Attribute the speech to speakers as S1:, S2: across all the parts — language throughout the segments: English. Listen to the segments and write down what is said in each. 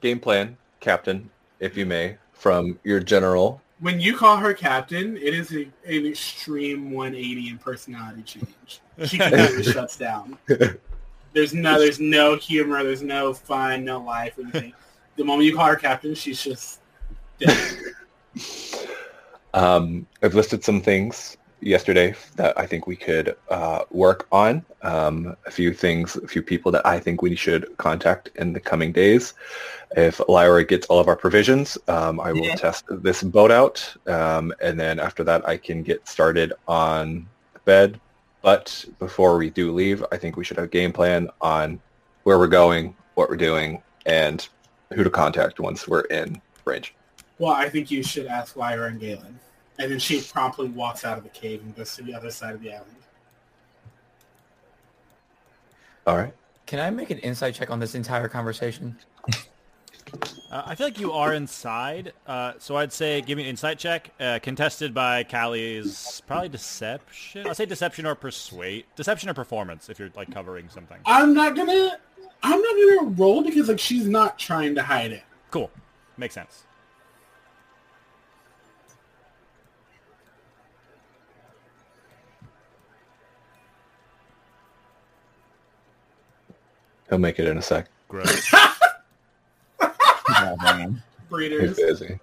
S1: game plan, Captain, if you may, from your general.
S2: When you call her captain, it is a, an extreme 180 in personality change. She completely shuts down. There's no, there's no humor. There's no fun. No life. or Anything. The moment you call her captain, she's just dead.
S1: Um, I've listed some things yesterday that I think we could uh, work on. Um, a few things, a few people that I think we should contact in the coming days. If Lyra gets all of our provisions, um, I will
S2: Yeah.
S1: test this boat out, um, and then after that, I can get started on the bed. But before we do leave, I think we should have a game plan on where we're going, what we're doing, and who to contact once we're in range.
S2: well, I think you should ask Lyra and Galen. And then she promptly walks out of the cave and goes to the other side of the island.
S1: All right.
S3: Can I make an insight check on this entire conversation?
S4: Uh, I feel like you are inside, uh, so I'd say give me an insight check, uh, contested by Callie's probably deception. I'll say deception or persuade, deception or performance if you're like covering something.
S2: I'm not gonna. I'm not gonna roll because like she's not trying to hide it.
S4: Cool, makes sense.
S1: He'll make it in a sec.
S4: Gross.
S5: Oh, man.
S1: He's
S2: Breeders.
S1: busy.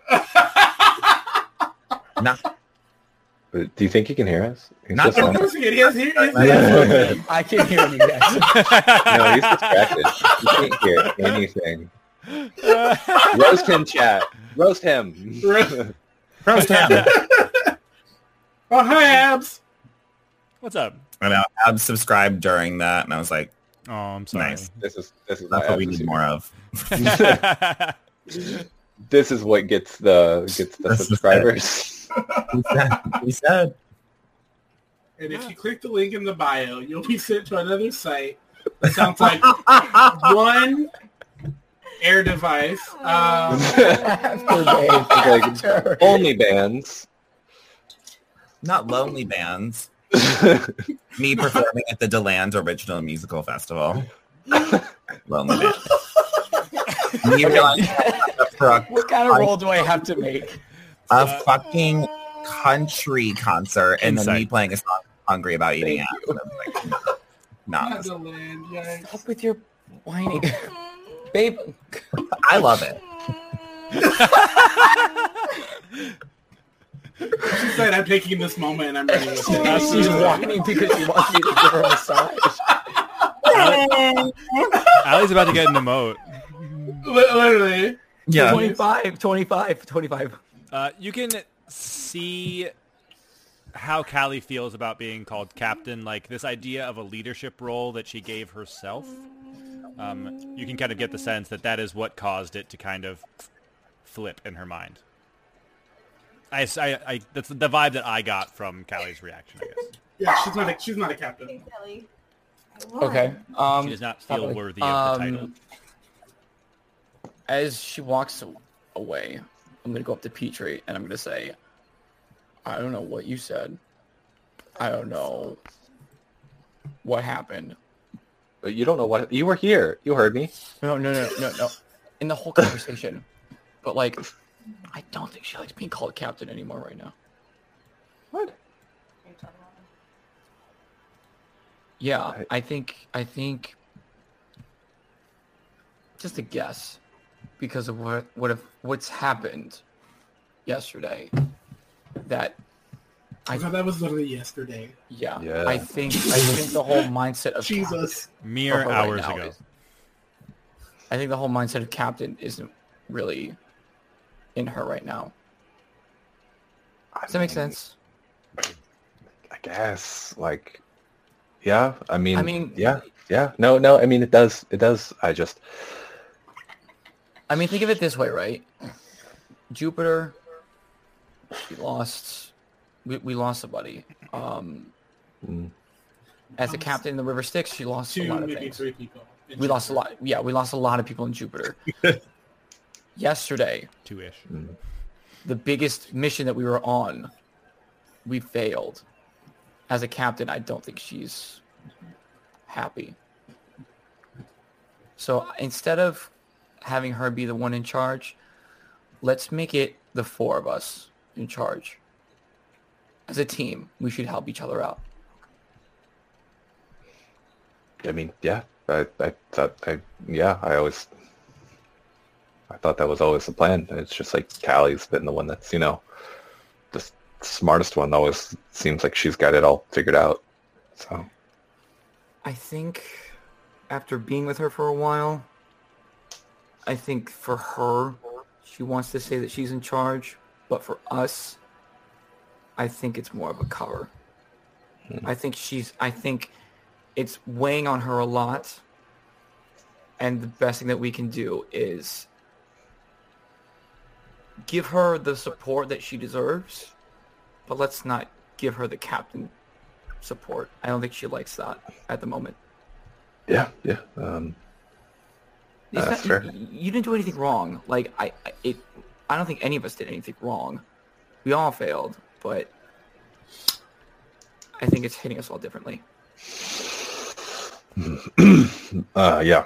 S5: Nah.
S1: Do you think he can hear us? He's
S5: Not
S1: just
S2: Of
S1: on-
S2: course he is. He is. He is.
S1: no,
S3: I can hear you guys.
S1: he's distracted. He can't hear anything. Roast him, chat. Roast him.
S2: Roast-
S5: Roast him.
S2: Oh, hi, Abs.
S4: What's up?
S5: I know. Ab subscribed during that, and I was like,
S4: Oh, I'm sorry.
S5: nice.
S1: This is this is
S5: That's
S1: my
S5: what we need
S1: attitude.
S5: more of.
S1: This is what gets the gets the
S5: This is it.
S1: subscribers.
S5: He said. He said.
S2: And if you click the link in the bio, you'll be sent to another site. That sounds like one air device. Um,
S3: After Dave.
S1: Like,
S3: After.
S1: Only bands.
S5: Not lonely bands. Me performing at the Deland Original Musical Festival. lonely bands. Me going up for a,
S3: What kind of roll do I have to make?
S5: a fucking country concert, and then me
S4: Insight.
S5: playing a song "Hungry About Eating Ass." And I'm like,
S2: not
S5: no,
S2: the land, yikes.
S3: Up with your whining, babe.
S5: I love it.
S2: She said, I'm taking this moment and I'm running with it.
S3: Now she's whining because she wants me to give her a massage.
S4: Allie's about to get an emote.
S2: Li- Literally.
S5: Yeah,
S3: 25, 25, 25.
S4: Uh, you can see how Callie feels about being called captain, like this idea of a leadership role that she gave herself. Um, you can kind of get the sense that that is what caused it to kind of flip in her mind. I, s- I- I- that's the vibe that I got from Callie's reaction. I guess
S2: Yeah, she's not a, she's not a captain.
S3: Okay. Um,
S4: she does not
S3: stop
S4: feel
S3: it.
S4: worthy of the
S3: Um,
S4: title.
S3: As she walks away, I'm gonna go up to Petrie and I'm gonna say, "I don't know what you said. I don't know what happened.
S1: But you don't know what you were here. You heard me.
S3: No, no, no, no, no. In the whole conversation, but like, I don't think she likes being called captain anymore right now. Yeah, I think I think just a guess because of what what if what's happened yesterday that
S2: I thought that was literally yesterday.
S3: yeah, I
S1: Yeah.
S3: think I think the whole mindset of
S2: Jesus.
S4: Mere
S3: for her right
S4: hours
S3: now
S4: ago.
S3: is- I think the whole mindset of captain isn't really in her right now. Does that make sense?
S1: I guess like yeah, I mean
S3: I mean-
S1: yeah, yeah. No, no, I mean it does it does. I just
S3: I mean, think of it this way, right? Jupiter, we lost, we, we lost somebody. Um,
S1: Mm.
S3: as a captain in the River Styx, she lost a
S2: Two,
S3: lot of
S2: maybe
S3: things.
S2: three people.
S3: We lost a lot. Yeah, we lost a lot of people in Jupiter. Yesterday,
S4: Two ish.
S3: the biggest mission that we were on, we failed. As a captain, I don't think she's happy. So instead of having her be the one in charge, let's make it the four of us in charge. As a team, we should help each other out.
S1: I mean, yeah, I, I thought, I, yeah, I always, I thought that was always the plan. It's just like Callie's been the one that's, you know, the s- smartest one. Always seems like she's got it all figured out. So
S3: I think after being with her for a while, I think for her, she wants to say that she's in charge, but for us, I think it's more of a cover. I think she's, I think it's weighing on her a lot, and the best thing that we can do is give her the support that she deserves, but let's not give her the captain support. I don't think she likes that at the moment.
S1: yeah, yeah. Um,
S3: It's
S1: Uh, that's
S3: not-
S1: fair.
S3: y- y- You didn't do anything wrong. Like I, I, it, I don't think any of us did anything wrong. We all failed, but I think it's hitting us all differently.
S1: uh, yeah.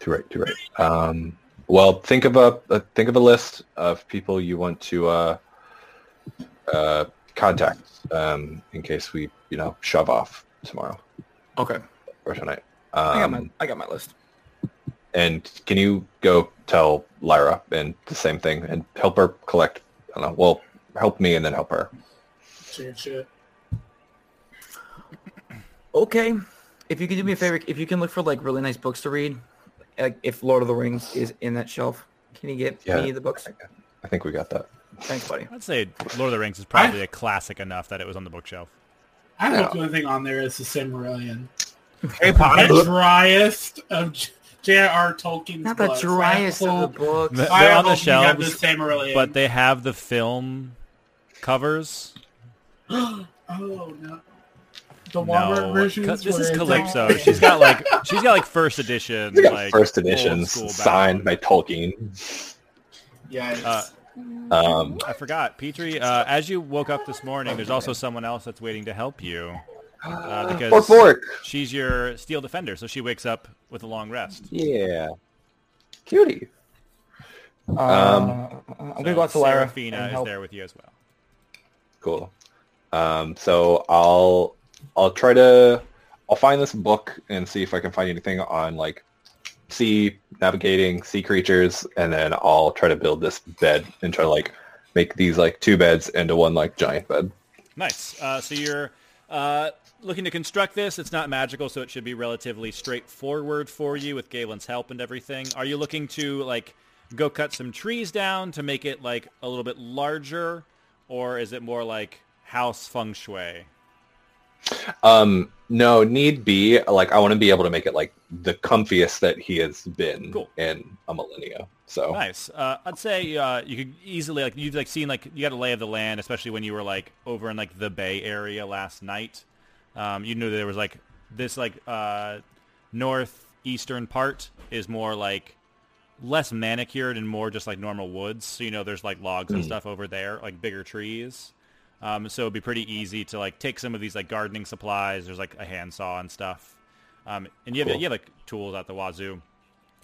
S1: Too right, too right. Um, well, think of a uh, think of a list of people you want to uh, uh, contact um, in case we, you know, shove off tomorrow
S3: Okay,
S1: or tonight.
S3: I got
S1: Um,
S3: my, I got my list.
S1: And can you go tell Lyra and the same thing and help her collect? I don't know. Well, help me and then help her.
S2: Shit, shit.
S3: Okay, if you could do me a favor, if you can look for like really nice books to read, like if Lord of the Rings is in that shelf, can you get
S1: Yeah.
S3: me the books?
S1: I think we got that.
S3: Thanks, buddy.
S4: I'd say Lord of the Rings is probably a classic enough that it was on the bookshelf.
S2: I hope the only thing on there is the Silmarillion.
S6: Harry Potter.
S2: The driest of J- J.R. Tolkien's
S3: Not the
S2: books. I
S3: driest of the
S2: hope-
S3: books.
S4: Th-
S2: I
S1: um,
S4: They're on the
S2: hope you have
S4: shelves,
S2: the Silmarillion.
S4: But they have the film covers.
S2: oh no. The Walmart
S4: no,
S2: version.
S4: Co- this
S2: where
S4: is
S2: it's
S4: Calypso.
S2: all-
S4: She's got like she's got like first edition,
S1: We got
S4: like
S1: first
S4: old
S1: edition
S4: school
S1: signed by
S4: bound.
S1: Tolkien.
S2: Yikes.
S4: Uh,
S1: Um,
S4: I forgot, Petrie. Uh, as you woke up this morning, there's also someone else that's waiting to help you uh, because
S1: fork, fork.
S4: she's your steel defender, so she wakes up with a long rest.
S1: Yeah. Cutie.
S3: Uh, I'm gonna
S4: So
S3: go out to Lyra.
S4: Serafina
S3: and
S4: is
S3: help.
S4: there with you as well.
S1: Cool. Um, so I'll I'll try to I'll find this book and see if I can find anything on like sea navigating, sea creatures, and then I'll try to build this bed and try to like make these like two beds into one like giant bed.
S4: Nice. Uh, so you're uh, looking to construct this. It's not magical, so it should be relatively straightforward for you with Galen's help and everything. Are you looking to like go cut some trees down to make it like a little bit larger, or is it more like house feng shui?
S1: Um, no, need be like I want to be able to make it like the comfiest that he has been
S4: Cool.
S1: in a millennia. So
S4: Nice. Uh, I'd say uh, you could easily like you've like seen like you got a lay of the land, especially when you were like over in like the Bay Area last night. Um, you knew there was like this like uh, northeastern part is more like less manicured and more just like normal woods. So you know there's like logs
S1: Hmm.
S4: and stuff over there, like bigger trees. Um, so it'd be pretty easy to like take some of these like gardening supplies. There's like a handsaw and stuff, um, and you have
S1: Cool.
S4: you have like tools at the wazoo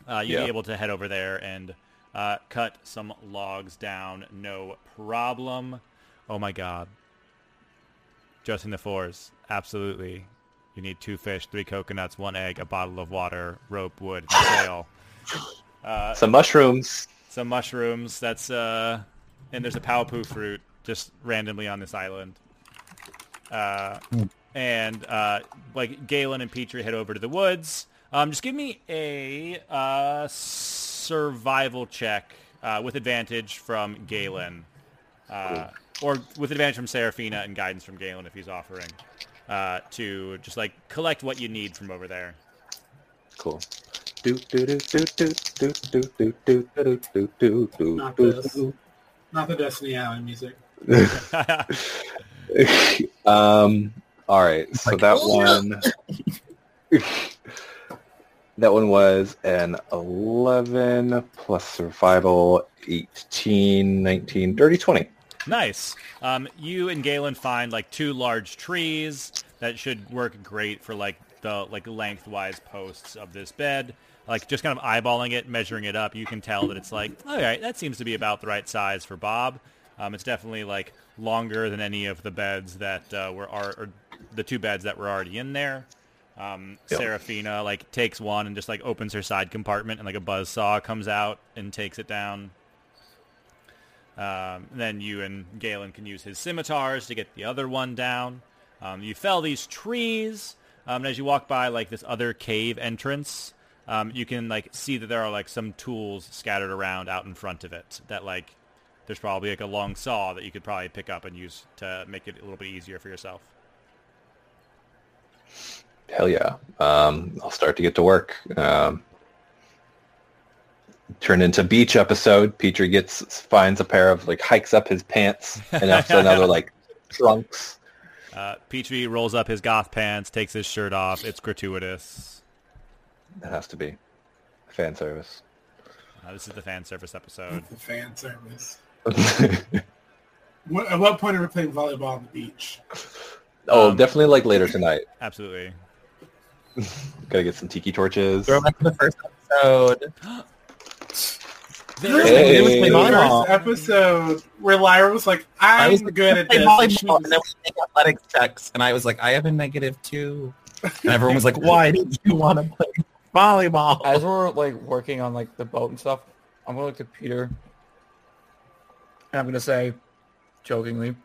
S4: uh, you'll
S1: Yeah.
S4: be able to head over there and uh, cut some logs down, no problem. Oh my god. Justin the fours, absolutely. You need two fish, three coconuts, one egg, a bottle of water, rope, wood, and sail. Uh,
S1: some mushrooms.
S4: some mushrooms. That's uh, and there's a powpoo fruit just randomly on this island. Uh, and uh, like Galen and Petrie head over to the woods. Um, just give me a uh survival check uh, with advantage from Galen, uh, or with advantage from Serafina and guidance from Galen if he's offering. Uh, to just like collect what you need from over there.
S1: Cool. Do, do, do, do, do, do, do, do, do, do, do, do, do,
S2: Not
S1: do,
S2: this.
S1: do.
S2: Not the Destiny Island music.
S1: um. All right. So that one. that one was an 11 plus survival 18 19 dirty 20
S4: Nice. Um, you and Galen find like two large trees that should work great for like the like lengthwise posts of this bed. Like just kind of eyeballing it, measuring it up, you can tell that it's like, all right, that seems to be about the right size for Bob. Um, it's definitely like longer than any of the beds that uh, were are or the two beds that were already in there. Um,
S5: Yeah.
S4: Serafina like takes one and just like opens her side compartment and like a buzz saw comes out and takes it down. Um, then you and Galen can use his scimitars to get the other one down. Um, you fell these trees, um, and as you walk by like this other cave entrance, um, you can like see that there are like some tools scattered around out in front of it. That like there's probably like a long saw that you could probably pick up and use to make it a little bit easier for yourself.
S1: hell yeah um i'll start to get to work um turn into beach episode peter gets finds a pair of like hikes up his pants and that's another like trunks
S4: Uh, Petrie rolls up his goth pants, takes his shirt off. It's gratuitous.
S1: that has to be fan service
S4: Uh, this is the fan service episode.
S2: The fan service.
S1: Oh,
S2: What, at what point are we playing volleyball on the beach?
S1: oh
S4: Um,
S1: definitely like later tonight
S4: Absolutely.
S1: gotta get some tiki torches
S5: Throwback to the first episode.
S1: Hey.
S5: It was play volleyball.
S2: First episode where Lyra was like, "I'm
S5: I was
S2: good at
S5: play
S2: this."
S5: volleyball,
S2: and she
S5: and
S2: was-
S5: then we make athletics checks, and I was like, I have a negative two, and everyone was like, Why did you want to play volleyball?
S3: As we're like working on like the boat and stuff, I'm gonna look to Peter. And I'm gonna say, jokingly,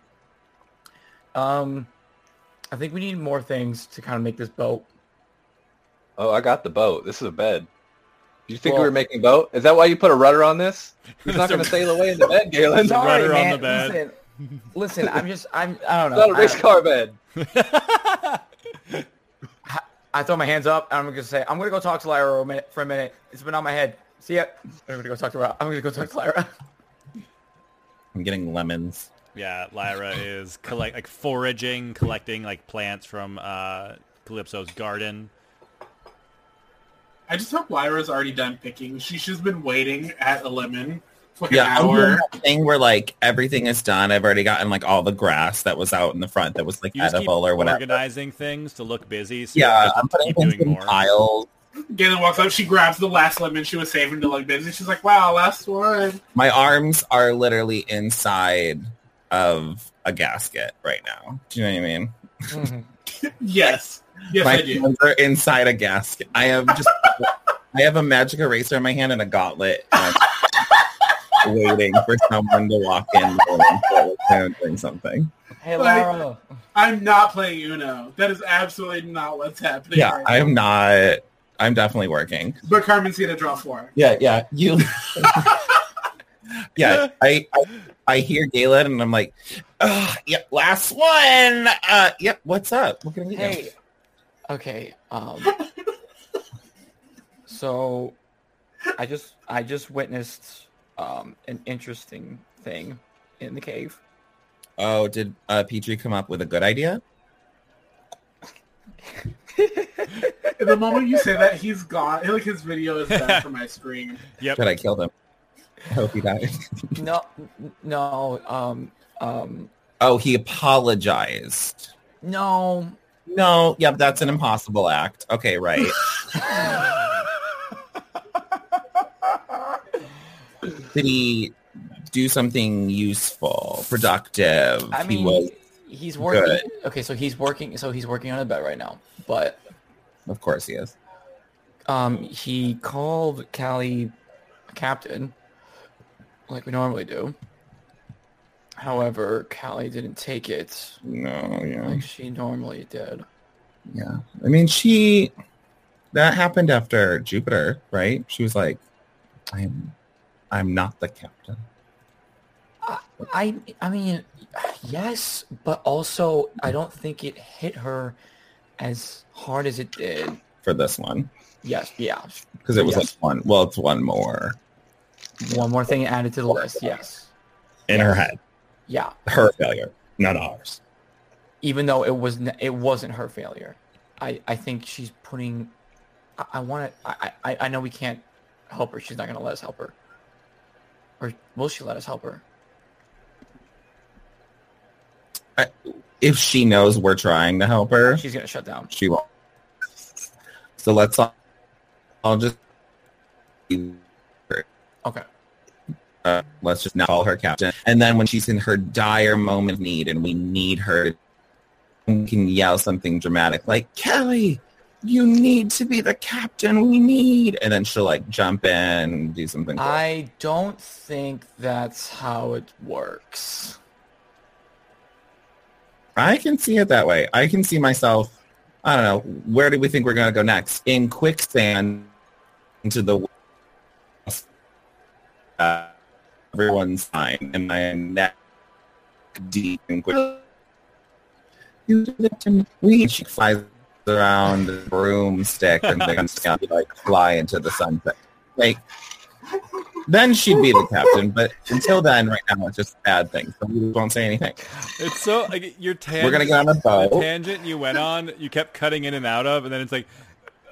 S3: um, I think we need more things to kind of make this boat.
S1: Oh, I got the boat. This is a bed. Do you think
S3: Well-
S1: we were making boat? Is that why you put a rudder on this? He's not
S4: It's a-
S1: going to sail away in the bed, Galen.
S4: a
S1: It's
S4: rudder on the bed.
S3: Listen, listen, I'm just, I'm, I don't know.
S1: not a race
S3: I-
S1: car bed.
S3: I throw my hands up. And I'm gonna say I'm gonna go talk to Lyra a minute, for a minute. It's been on my head. See ya. I'm gonna go talk to her. I'm gonna go talk to Lyra.
S5: I'm getting lemons.
S4: Yeah, Lyra is collect like foraging, collecting like plants from uh, Calypso's garden.
S2: I just hope Lyra's already done picking. She, she's been waiting at a lemon for like
S5: Yeah,
S2: an
S5: I'm doing
S2: hour.
S5: that thing where like everything is done. I've already gotten like all the grass that was out in the front that was like
S4: You just keep
S5: edible or whatever.
S4: organizing things to look busy. So
S5: Yeah,
S4: you
S5: I'm
S4: have to
S5: putting
S4: keep
S5: things
S4: doing
S5: in
S4: more.
S5: piles.
S2: Galen walks up. She grabs the last lemon she was saving to look busy. She's like, "Wow, last one."
S5: My arms are literally inside of a gasket right now. Do you know what I mean?
S2: Yes, yes,
S5: my
S2: I do.
S5: hands are inside a gasket. I have just I have a magic eraser in my hand and a gauntlet. and I'm waiting for someone to walk in and doing something.
S3: Hey
S2: Like-
S3: Lyra.
S2: I'm not playing Uno. That is absolutely not what's happening.
S5: Yeah,
S2: right
S5: I am not. I'm definitely working.
S2: now. But Carmen's gonna draw four.
S5: Yeah, yeah, you. yeah, I, I I hear Galen and I'm like, "Ugh, yep, last one. Uh, yep, what's up? We're gonna meet
S3: Hey. Okay. Um. so, I just I just witnessed um an interesting thing in the cave.
S5: Oh, did uh, Petrie come up with a good idea?
S2: The moment you say that, he's gone. Like his video is done for my screen.
S4: Yep.
S5: Should I kill him? I hope he dies.
S3: No, n- no. Um. Um.
S5: Oh, he apologized.
S3: No.
S5: No, yep, that's an impossible act. Okay, right. Did he do something useful, productive?
S3: I mean,
S5: he was,
S3: he's working.
S5: good.
S3: Okay, so he's working. So he's working on a bed right now, but.
S5: of course, he is.
S3: Um, he called Callie a captain, like we normally do. However, Callie didn't take it
S5: No, yeah,
S3: like she normally did.
S5: yeah. I mean, she. That happened after Jupiter, right? She was like, "I'm, I'm not the captain."
S3: I, I mean, yes, but also I don't think it hit her as hard as it did
S5: for this one.
S3: Yes, yeah.
S5: because it was
S3: Yes.
S5: like one. Well, it's one more
S3: One more thing added to the list. Yes.
S5: in her head.
S3: Yeah.
S5: Her failure, not ours.
S3: Even though it was n- it wasn't her failure. I I think she's putting I, I want to I, I I know we can't help her. She's not going to let us help her. Or will she let us help her?
S5: If she knows we're trying to help her,
S3: She's going to shut down.
S5: she won't. So let's all, I'll just
S3: Okay.
S5: uh, let's just not call her captain. And then when she's in her dire moment of need and we need her, we can yell something dramatic like, Kelly, you need to be the captain we need. And then she'll like jump in and do something. cool.
S3: I don't think that's how it works.
S5: I can see it that way. I can see myself, I don't know, where do we think we're going to go next? In quicksand into the uh, everyone's fine and I am neck deep in quicksand. You did it to me. We she flies around the broomstick and they're going to like fly into the sunset. Like then she'd be the captain, but until then, right now it's just a bad thing. So we won't say anything.
S4: It's so like, your tangent.
S5: We're gonna get on a
S4: the
S5: boat.
S4: tangent you went on. You kept cutting in and out of, and then it's like,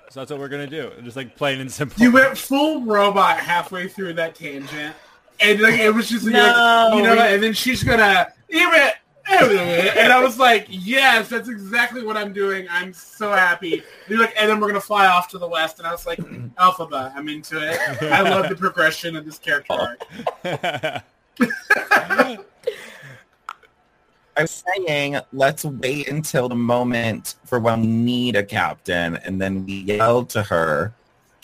S4: so that's what we're gonna do. Just like plain and simple.
S2: You went full robot halfway through that tangent, and like it was just you're like, you know, what? and then she's gonna even. And I was like, yes, that's exactly what I'm doing. I'm so happy. And you're like, and then we're gonna fly off to the west. And I was like, Alphaba, I'm into it. I love the progression of this character arc.
S5: I'm saying let's wait until the moment for when we need a captain, and then we yell to her,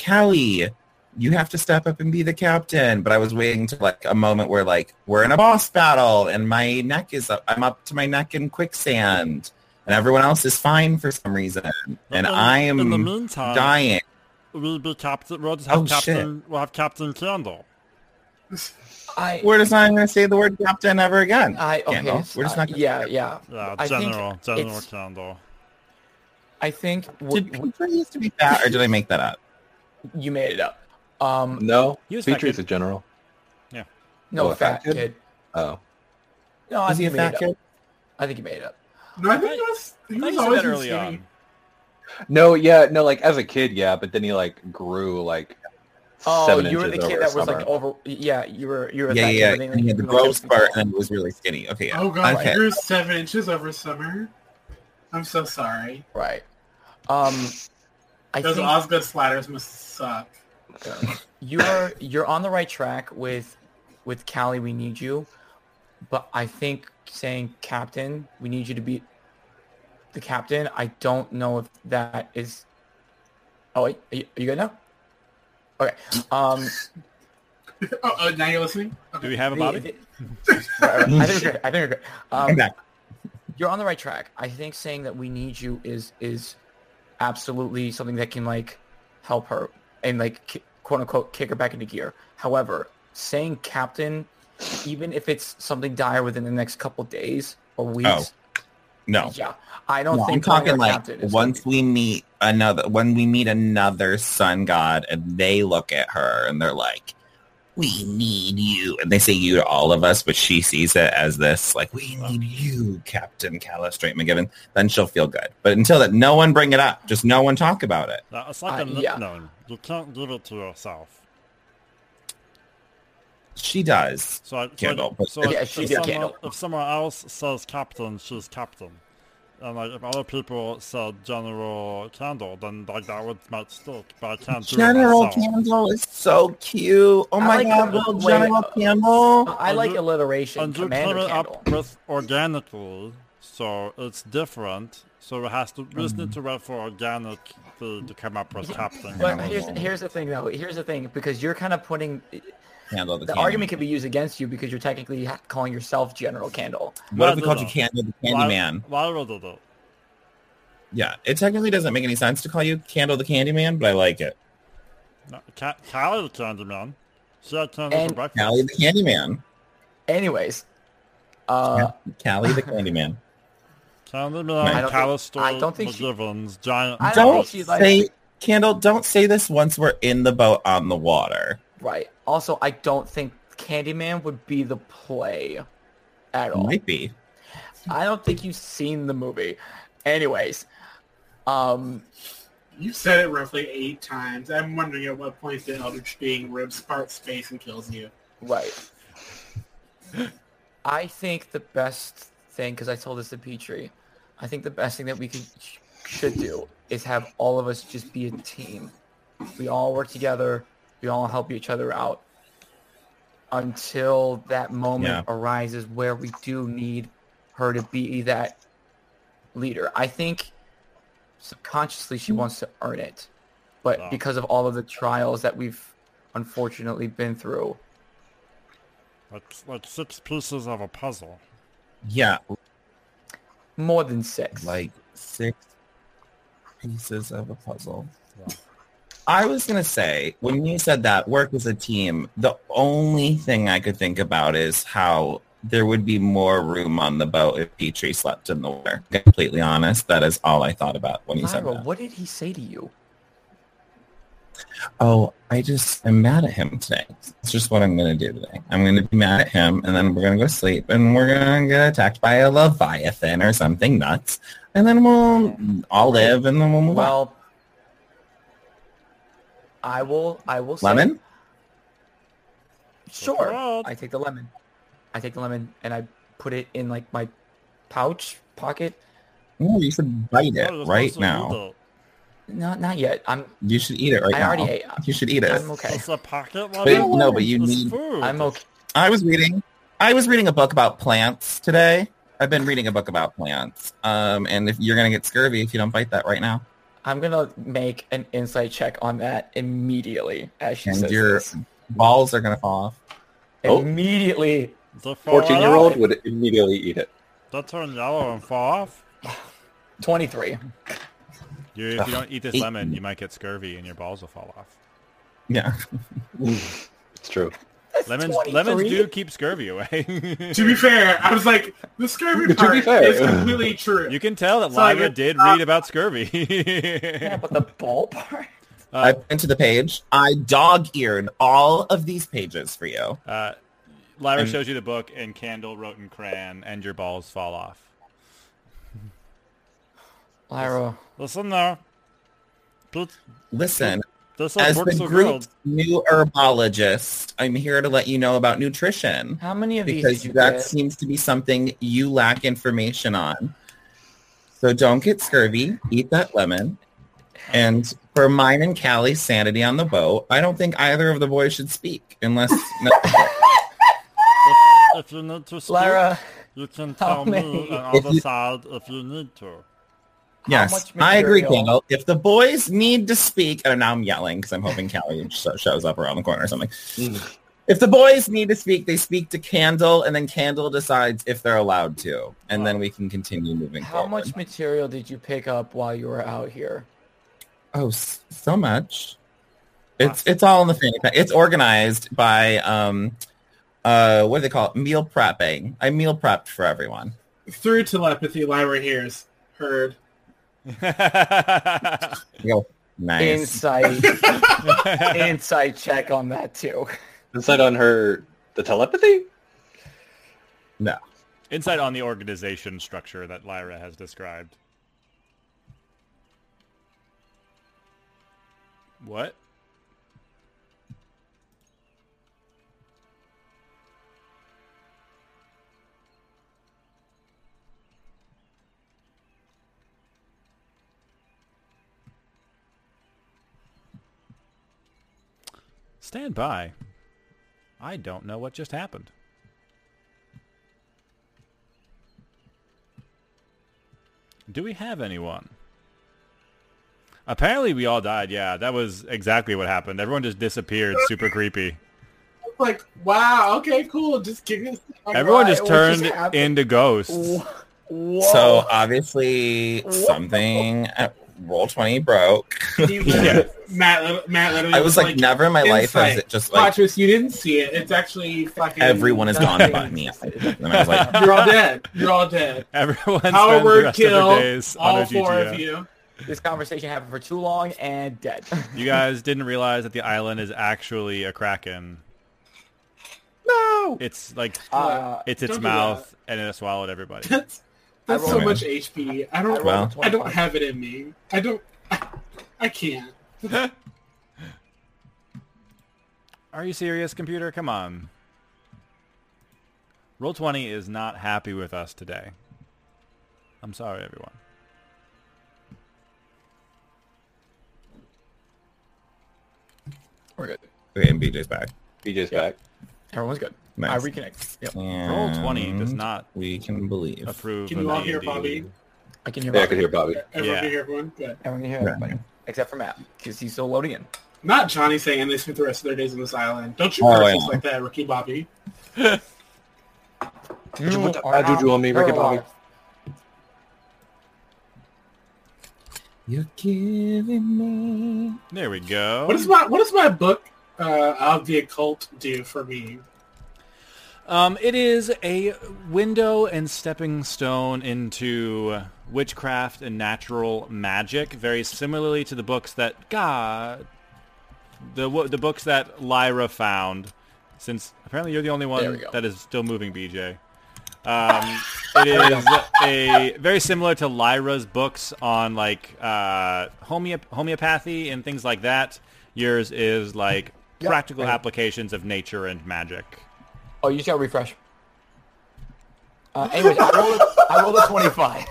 S5: Callie, you have to step up and be the captain. But I was waiting to like a moment where like we're in a boss battle and my neck is up. I'm up to my neck in quicksand, and everyone else is fine for some reason, and I am
S4: in the meantime,
S5: dying.
S4: We'll be captain. We'll just
S5: have
S4: have
S5: Oh, shit.
S4: captain.
S5: Captain-
S4: We'll have Captain Candle.
S3: I
S5: We're just not going to say the word captain ever again.
S3: I okay.
S5: Candle. We're just
S3: uh,
S5: not. Gonna,
S3: yeah, yeah.
S4: Yeah,
S3: I think
S4: Uh, General. General
S3: it's-
S4: Candle.
S3: I think w-
S5: Did Peter used to be fat, or did I make that up?
S3: you made it up. Um,
S1: No,
S4: He was fat
S1: Petrie's a
S4: kid.
S1: general.
S3: no,
S1: Oh, a
S3: fat
S1: fat
S3: kid.
S1: kid? Oh,
S3: No, Oh, I think
S5: Was he
S3: you
S5: a
S3: made
S5: fat
S3: it
S5: kid?
S3: up. I think you made it up.
S2: No, I think it was. He
S4: I thought
S2: was
S4: you said
S2: always
S4: that early on.
S1: no, yeah, no, like as a kid, yeah, but then he like grew like
S3: Oh,
S1: seven
S3: you were the
S1: inches
S3: kid
S1: over
S3: that was
S1: summer.
S3: like oh, over. Yeah, you were. You were. Um,
S5: yeah,
S3: that
S5: yeah,
S3: kid,
S5: yeah.
S3: but then
S5: He
S3: you
S5: had the
S3: grew
S5: gross
S3: up-
S5: part and it was really skinny. Okay, yeah.
S2: Oh god,
S5: okay.
S2: I grew seven inches over summer. I'm so sorry.
S3: Right. Um, I
S2: Those
S3: think
S2: Osgood sliders must suck.
S3: you're you're on the right track with with Callie. We need you, but I think saying captain, we need you to be the captain. I don't know if that is. Oh, wait, are you, are you good now? Okay. Um.
S2: Oh, oh, now you're listening.
S4: Do
S2: Okay.
S4: we have a
S3: Right,
S4: Bobby?
S3: right. I think we're good. I think we're good.
S5: I'm
S3: Um,
S5: back.
S3: you're on the right track. I think saying that we need you is is absolutely something that can like help her and like ki- quote unquote kick her back into gear. However, saying captain, even if it's something dire within the next couple days or weeks,
S5: Oh, No.
S3: yeah, I don't
S5: No, I'm
S3: think calling
S5: talking
S3: her
S5: like
S3: captain is
S5: once we meet another when we meet another sun god and they look at her and they're like, We need you and they say you to all of us, but she sees it as this like, We need you, Captain Calla Straight McGiven, then she'll feel good. But until that no one bring it up. Just no one talk about it.
S4: Uh, it's like
S3: Uh,
S4: a nickname.
S3: yeah.
S4: You can't give it to yourself.
S5: She does.
S4: So, I,
S5: Candle,
S4: so,
S5: but-
S4: so if-
S3: Yeah,
S4: if,
S3: she did
S4: someone,
S3: candle.
S4: if someone else says captain, she's captain. And like if other people said general candle, then like that would might stick. But I can't do it
S5: General
S4: myself.
S5: Campbell is so cute.
S3: I
S5: Oh my
S3: like
S5: god,
S3: the-
S5: little
S3: wait.
S5: General Campbell.
S3: I like
S4: Undo-
S3: alliteration.
S4: And you
S3: Commander
S4: put it
S3: Candle.
S4: up with organically, so it's different. So it has to we just need to wait for organic to, to come up with captain.
S3: But here's here's the thing though. Here's the thing because you're kind of putting
S5: Candle the,
S3: the
S5: Candle.
S3: argument could be used against you because you're technically ha- calling yourself General Candle.
S5: What if
S4: Rather
S5: we called you
S4: than-
S5: Candle the
S4: why,
S5: Candyman?
S4: Why would it do?
S5: Yeah, it technically doesn't make any sense to call you Candle the Candyman, but I like it.
S4: No, Ca- Callie the Candyman. She had candy
S3: And-
S4: for breakfast.
S5: Callie the Candyman.
S3: Anyways, uh,
S5: Callie the Candyman.
S4: Candyman,
S3: I don't think-
S4: Callister,
S3: I don't think she-
S4: McGivens, Giant.
S3: I don't
S5: Don't
S3: think she
S5: say
S3: likes-
S5: Candle, don't say this once we're in the boat on the water.
S3: Right. Also, I don't think Candyman would be the play at all.
S5: Might be.
S3: I don't think you've seen the movie. Anyways, um,
S2: You said it roughly eight times. I'm wondering at what point the Eldritch Being ribs part space and kills you.
S3: right. I think the best thing, because I told this to Petrie, I think the best thing that we could should do is have all of us just be a team. We all work together. We all help each other out until that moment
S5: Yeah.
S3: arises where we do need her to be that leader. I think subconsciously she wants to earn it, but
S4: Wow.
S3: because of all of the trials that we've unfortunately been through,
S4: That's like six pieces of a puzzle.
S5: Yeah,
S3: more than six.
S5: like six pieces of a puzzle. I was gonna say when you said that work as a team, the only thing I could think about is how there would be more room on the boat if Petrie slept in the water. Completely honest, that is all I thought about when you said
S3: Lyra,
S5: that.
S3: what did he say to you?
S5: Oh, I just I'm mad at him today. It's just what I'm gonna do today. I'm gonna be mad at him, and then we're gonna go sleep, and we're gonna get attacked by a leviathan or something nuts, and then we'll all live, and then we'll move on.
S3: Well, I will. I will. Say,
S5: Lemon.
S3: Sure.
S4: Well.
S3: I take the lemon. I take the lemon and I put it in like my pouch pocket.
S5: Ooh, you should bite it
S4: What is
S5: right
S4: possible,
S5: now.
S4: though?
S3: Not not yet. I'm
S5: You should eat it right
S3: I
S5: now.
S3: already ate. uh,
S5: You should eat it.
S3: I'm okay.
S4: It's a pocket
S5: Wait,
S4: one?
S5: no, but you
S4: It's
S5: need-
S4: food.
S3: I'm okay.
S5: I was reading. I was reading a book about plants today. I've been reading a book about plants. Um, and if you're gonna get scurvy if you don't bite that right now,
S3: I'm gonna make an insight check on that immediately as she
S5: and
S3: says
S5: your
S3: this.
S5: balls are gonna fall off.
S1: oh.
S3: Immediately.
S4: The fall
S1: Fourteen-year-old
S4: off.
S1: would immediately eat it.
S4: That turn yellow and fall off.
S3: Twenty-three.
S4: You, if you don't eat this
S5: Eat.
S4: lemon, you might get scurvy and your balls will fall off.
S5: Yeah.
S1: It's true.
S3: That's
S4: Lemons, lemons
S3: 23?
S4: do keep scurvy away.
S2: To be fair, I was like, the scurvy
S1: To be
S2: part
S1: fair.
S2: is completely true.
S4: you can tell that
S2: So I
S4: Lyra
S2: would-
S4: did
S2: uh,
S4: read about scurvy.
S3: Yeah, but the ball part.
S5: I went to the page. I dog-eared all of these pages for you.
S4: uh, Lyra
S5: And-
S4: shows you the book, and Candle wrote in crayon, and your balls fall off.
S3: Lyra.
S4: Listen now. Put-
S5: Listen,
S4: This
S5: as
S4: works
S5: the
S4: so
S5: group's
S4: good.
S5: new herbologist, I'm here to let you know about nutrition
S3: How many of these
S5: because
S3: did you
S5: that
S3: get?
S5: seems to be something you lack information on. So don't get scurvy. Eat that lemon. And for mine and Callie's sanity on the boat, I don't think either of the boys should speak unless no,
S4: If, if you need to speak,
S3: Lyra.
S4: you can
S3: how
S4: tell me
S3: many-
S4: on
S5: If
S4: other
S5: you-
S4: side if you need to.
S5: Yes,
S3: much
S5: I agree,
S3: material?
S5: Kendall. If the boys need to speak, and now I'm yelling because I'm hoping Callie sh- shows up around the corner or something.
S3: Mm.
S5: If the boys need to speak, they speak to Candle, and then Candle decides if they're allowed to, and then we can continue moving
S3: How
S5: forward.
S3: much material did you pick up while you were out here?
S5: Oh, s- so much. It's it's all in the fanny pack. It's organized by um, uh, what do they call it? Meal prepping. I meal prepped for everyone.
S2: Through telepathy, Lyra hears, heard.
S5: Yo, nice.
S3: Insight, insight check on that too.
S1: Insight on her the telepathy?
S5: no.
S4: Insight on the organization structure that Lyra has described. What? Stand by. I don't know what just happened. Do we have anyone? Apparently we all died, yeah. That was exactly what happened. Everyone just disappeared. Super creepy.
S2: I was like, wow, okay, cool. Just give me a
S4: Everyone
S3: Why?
S4: just
S3: What just
S4: turned
S3: happened?
S4: into ghosts.
S3: Wh- Whoa.
S5: So obviously something at roll twenty broke.
S2: He literally- Matt, lit- Matt literally
S5: I was like, never in my life
S2: insight.
S5: has it just like
S2: Watchers, you didn't see it. It's actually fucking.
S5: everyone is gone
S3: Nothing.
S5: but me. And I was like,
S2: You're all dead. You're all dead.
S4: Everyone spent the
S2: Power word
S4: rest of their
S2: kill.
S4: days on
S2: All
S4: a
S2: four
S4: GGO.
S2: of you.
S3: This conversation happened for too long and dead.
S4: You guys didn't realize that the island is actually a kraken.
S5: No.
S4: It's like
S3: Uh,
S4: it's its
S2: Don't do
S4: mouth, and it swallowed everybody.
S2: That's that's
S3: I
S2: so
S5: rolled-
S2: much HP. I don't.
S5: rolled Well.
S2: I don't have it in me. I don't. I, I can't.
S4: Are you serious, computer? Come on. Roll twenty is not happy with us today. I'm sorry, everyone.
S3: We're good.
S5: Okay, and BJ's back.
S1: BJ's back.
S3: Everyone's good.
S5: Nice.
S3: I reconnect. Yep.
S4: Roll twenty does
S5: And
S4: not
S5: We can believe.
S4: approve.
S2: Can
S4: of
S2: you all
S4: the
S2: hear
S4: AD.
S2: Bobby?
S3: I can hear.
S1: Yeah, I
S3: Bobby.
S1: could hear Bobby.
S2: Everyone
S4: Yeah.
S2: can hear everyone. Good.
S3: Everyone can hear everybody except for Matt because he's still loading in.
S2: Not Johnny saying they spent the rest of their days on this island. Don't you
S5: Oh,
S2: curse
S5: I
S2: us
S5: know.
S2: like that, Ricky Bobby.
S3: You
S1: put that
S3: are
S1: bad
S3: not
S1: juju on me, Ricky Bobby?
S3: paralyzed.
S5: You're giving me.
S4: There we go.
S2: What does my What does my book uh, of the occult do for me?
S4: Um, it is a window and stepping stone into witchcraft and natural magic, very similarly to the books that God, the wo- the books that Lyra found. Since apparently you're the only
S3: There we
S4: one
S3: go.
S4: that is still moving, BJ. Um, it is a very similar to Lyra's books on like uh, homeop- homeopathy and things like that. Yours is like
S3: Yep.
S4: practical
S3: Right.
S4: applications of nature and magic.
S3: Oh, you just got refresh. Uh, anyways, I rolled, a, I rolled a 25.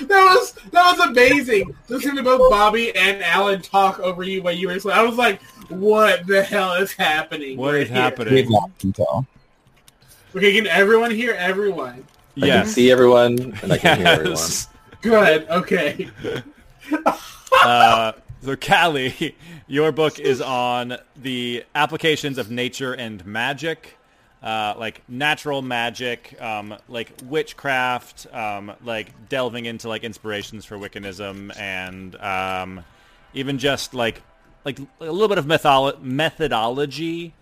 S2: That was That was amazing. Listening to both Bobby and Alan talk over you while you were asleep. I was like, what the hell is happening?
S4: What
S2: right
S4: is
S2: here?
S4: happening?
S5: We've lost and tell.
S2: Okay, can everyone hear everyone?
S1: I can see everyone and I can hear everyone.
S4: Yes.
S2: Good. Okay.
S4: Uh, so, Callie, your book is on the applications of nature and magic, uh, like natural magic, um, like witchcraft, um, like delving into like inspirations for Wiccanism, and um, even just like like a little bit of metholo- methodology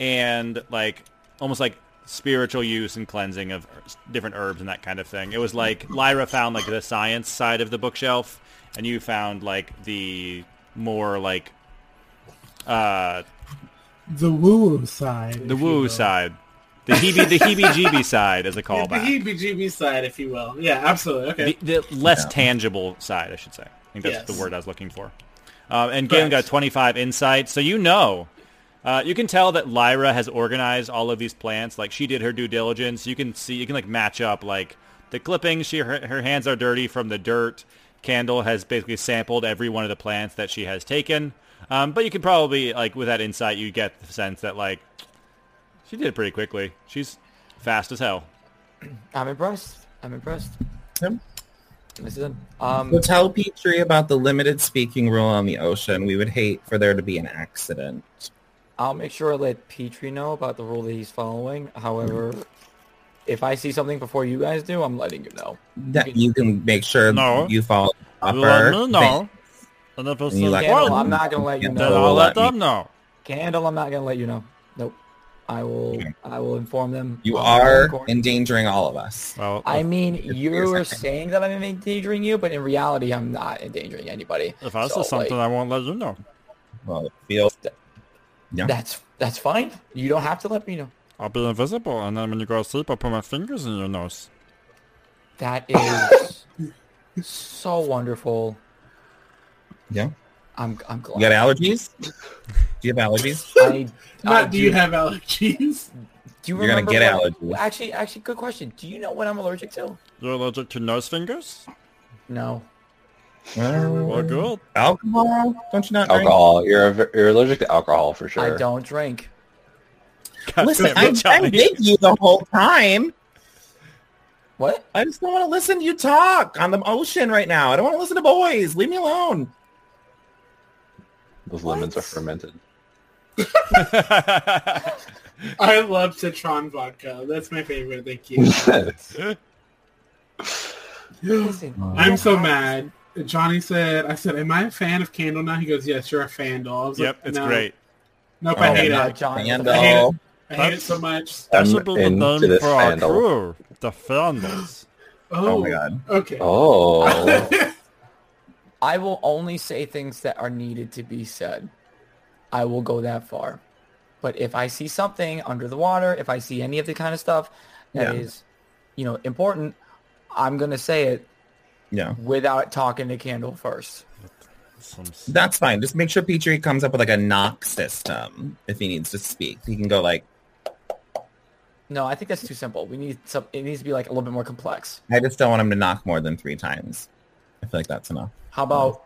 S4: and like almost like spiritual use and cleansing of herbs- different herbs and that kind of thing. It was like Lyra found like the science side of the bookshelf, and you found like the more like uh
S2: The woo side.
S4: the woo side, the heebie the heebie-jeebie side as
S2: The
S4: a callback,
S2: heebie-jeebie side, if you will. Yeah, absolutely. Okay.
S4: the, the less tangible side, I should say. I think that's
S2: Yes.
S4: the word I was looking for. Um, and Galen got
S2: Correct.
S4: 25 insight, so you know. Uh, you can tell that Lyra has organized all of these plants. Like she did her due diligence. You can see, you can like match up like the clippings. She her, her hands are dirty from the dirt. Candle has basically sampled every one of the plants that she has taken. Um, but you can probably like with that insight, you get the sense that like she did it pretty quickly. She's fast as hell.
S3: I'm impressed. I'm impressed.
S5: Yep.
S3: This is um,
S5: So tell Petrie about the limited speaking rule on the ocean. We would hate for there to be an accident.
S3: I'll make sure I let Petrie know about the rule that he's following. However, if I see something before you guys do, I'm letting you know.
S5: That you can make sure
S4: No.
S5: you follow proper. thing.
S4: And if it's
S5: And you let-
S3: Candle,
S5: Well,
S3: I'm not gonna let you
S5: then
S4: then
S3: know.
S4: I'll
S5: I'll
S4: let
S5: let
S4: them know.
S3: Candle, I'm not gonna let you know. Nope. I will. I will inform them.
S5: You
S3: I'll
S5: are
S3: record.
S5: endangering all of us.
S4: Well,
S3: I mean,
S5: Just
S3: you
S5: be a
S3: were
S5: second.
S3: saying that I'm endangering you, but in reality, I'm not endangering anybody.
S4: if I
S3: So,
S4: say something,
S3: like,
S4: I won't let you know.
S5: Well, feel I-
S3: that's that's fine. You don't have to let me know.
S4: I'll be invisible, and then when you go to sleep, I'll put my fingers in your nose.
S3: That is so wonderful.
S5: yeah.
S3: I'm I'm glad.
S5: You got allergies? Do you have allergies?
S3: I, I
S4: uh,
S2: Not do you have allergies?
S3: Do you
S5: You're gonna
S3: remember
S5: get
S3: what-
S5: allergies.
S3: Actually, actually, good question. Do you know what I'm allergic to?
S4: You're allergic to nose fingers?
S3: No.
S4: Well,
S5: Well,
S4: good.
S5: Uh, Alcohol? Don't you not drink?
S1: Alcohol. You're a, you're allergic to alcohol for sure.
S3: I don't drink.
S4: God
S5: Listen,
S4: damn it,
S5: I'm, I'm
S4: Johnny.
S5: with you the whole time.
S3: What?
S5: I just don't want to listen to you talk on the ocean right now. I don't want to listen to boys. Leave me alone.
S1: Those lemons are fermented.
S2: I love Citron vodka. That's my favorite. Thank you.
S3: Listen.
S5: Uh,
S2: I'm so mad. Johnny said, I said, am I a fan of Candle now? He goes, yes, you're a Fandle. I was
S4: yep,
S2: like,
S4: it's
S2: no,
S4: great.
S2: Nope,
S5: Oh,
S2: I hate
S3: no,
S2: it.
S3: John. what the
S2: I
S3: fuck?
S2: hate
S5: Vandal.
S2: I hate it so much.
S4: That
S1: I'm
S4: should be the
S1: into
S4: name
S1: this
S4: for our
S1: scandal.
S4: crew. The Fandles.
S2: Oh,
S5: Oh my god.
S2: Okay.
S1: Oh,
S3: I will only say things that are needed to be said. I will go that far. But if I see something under the water, if I see any of the kind of stuff that is,
S5: Yeah.
S3: you know, important, I'm going to say it
S5: Yeah.
S3: without talking to Candle first.
S4: Some s-
S5: That's fine. Just make sure Petrie comes up with like a knock system if he needs to speak. He can go like,
S3: No, I think that's too simple. We need some, it needs to be like a little bit more complex.
S5: I just don't want him to knock more than three times. I feel like that's enough.
S3: How about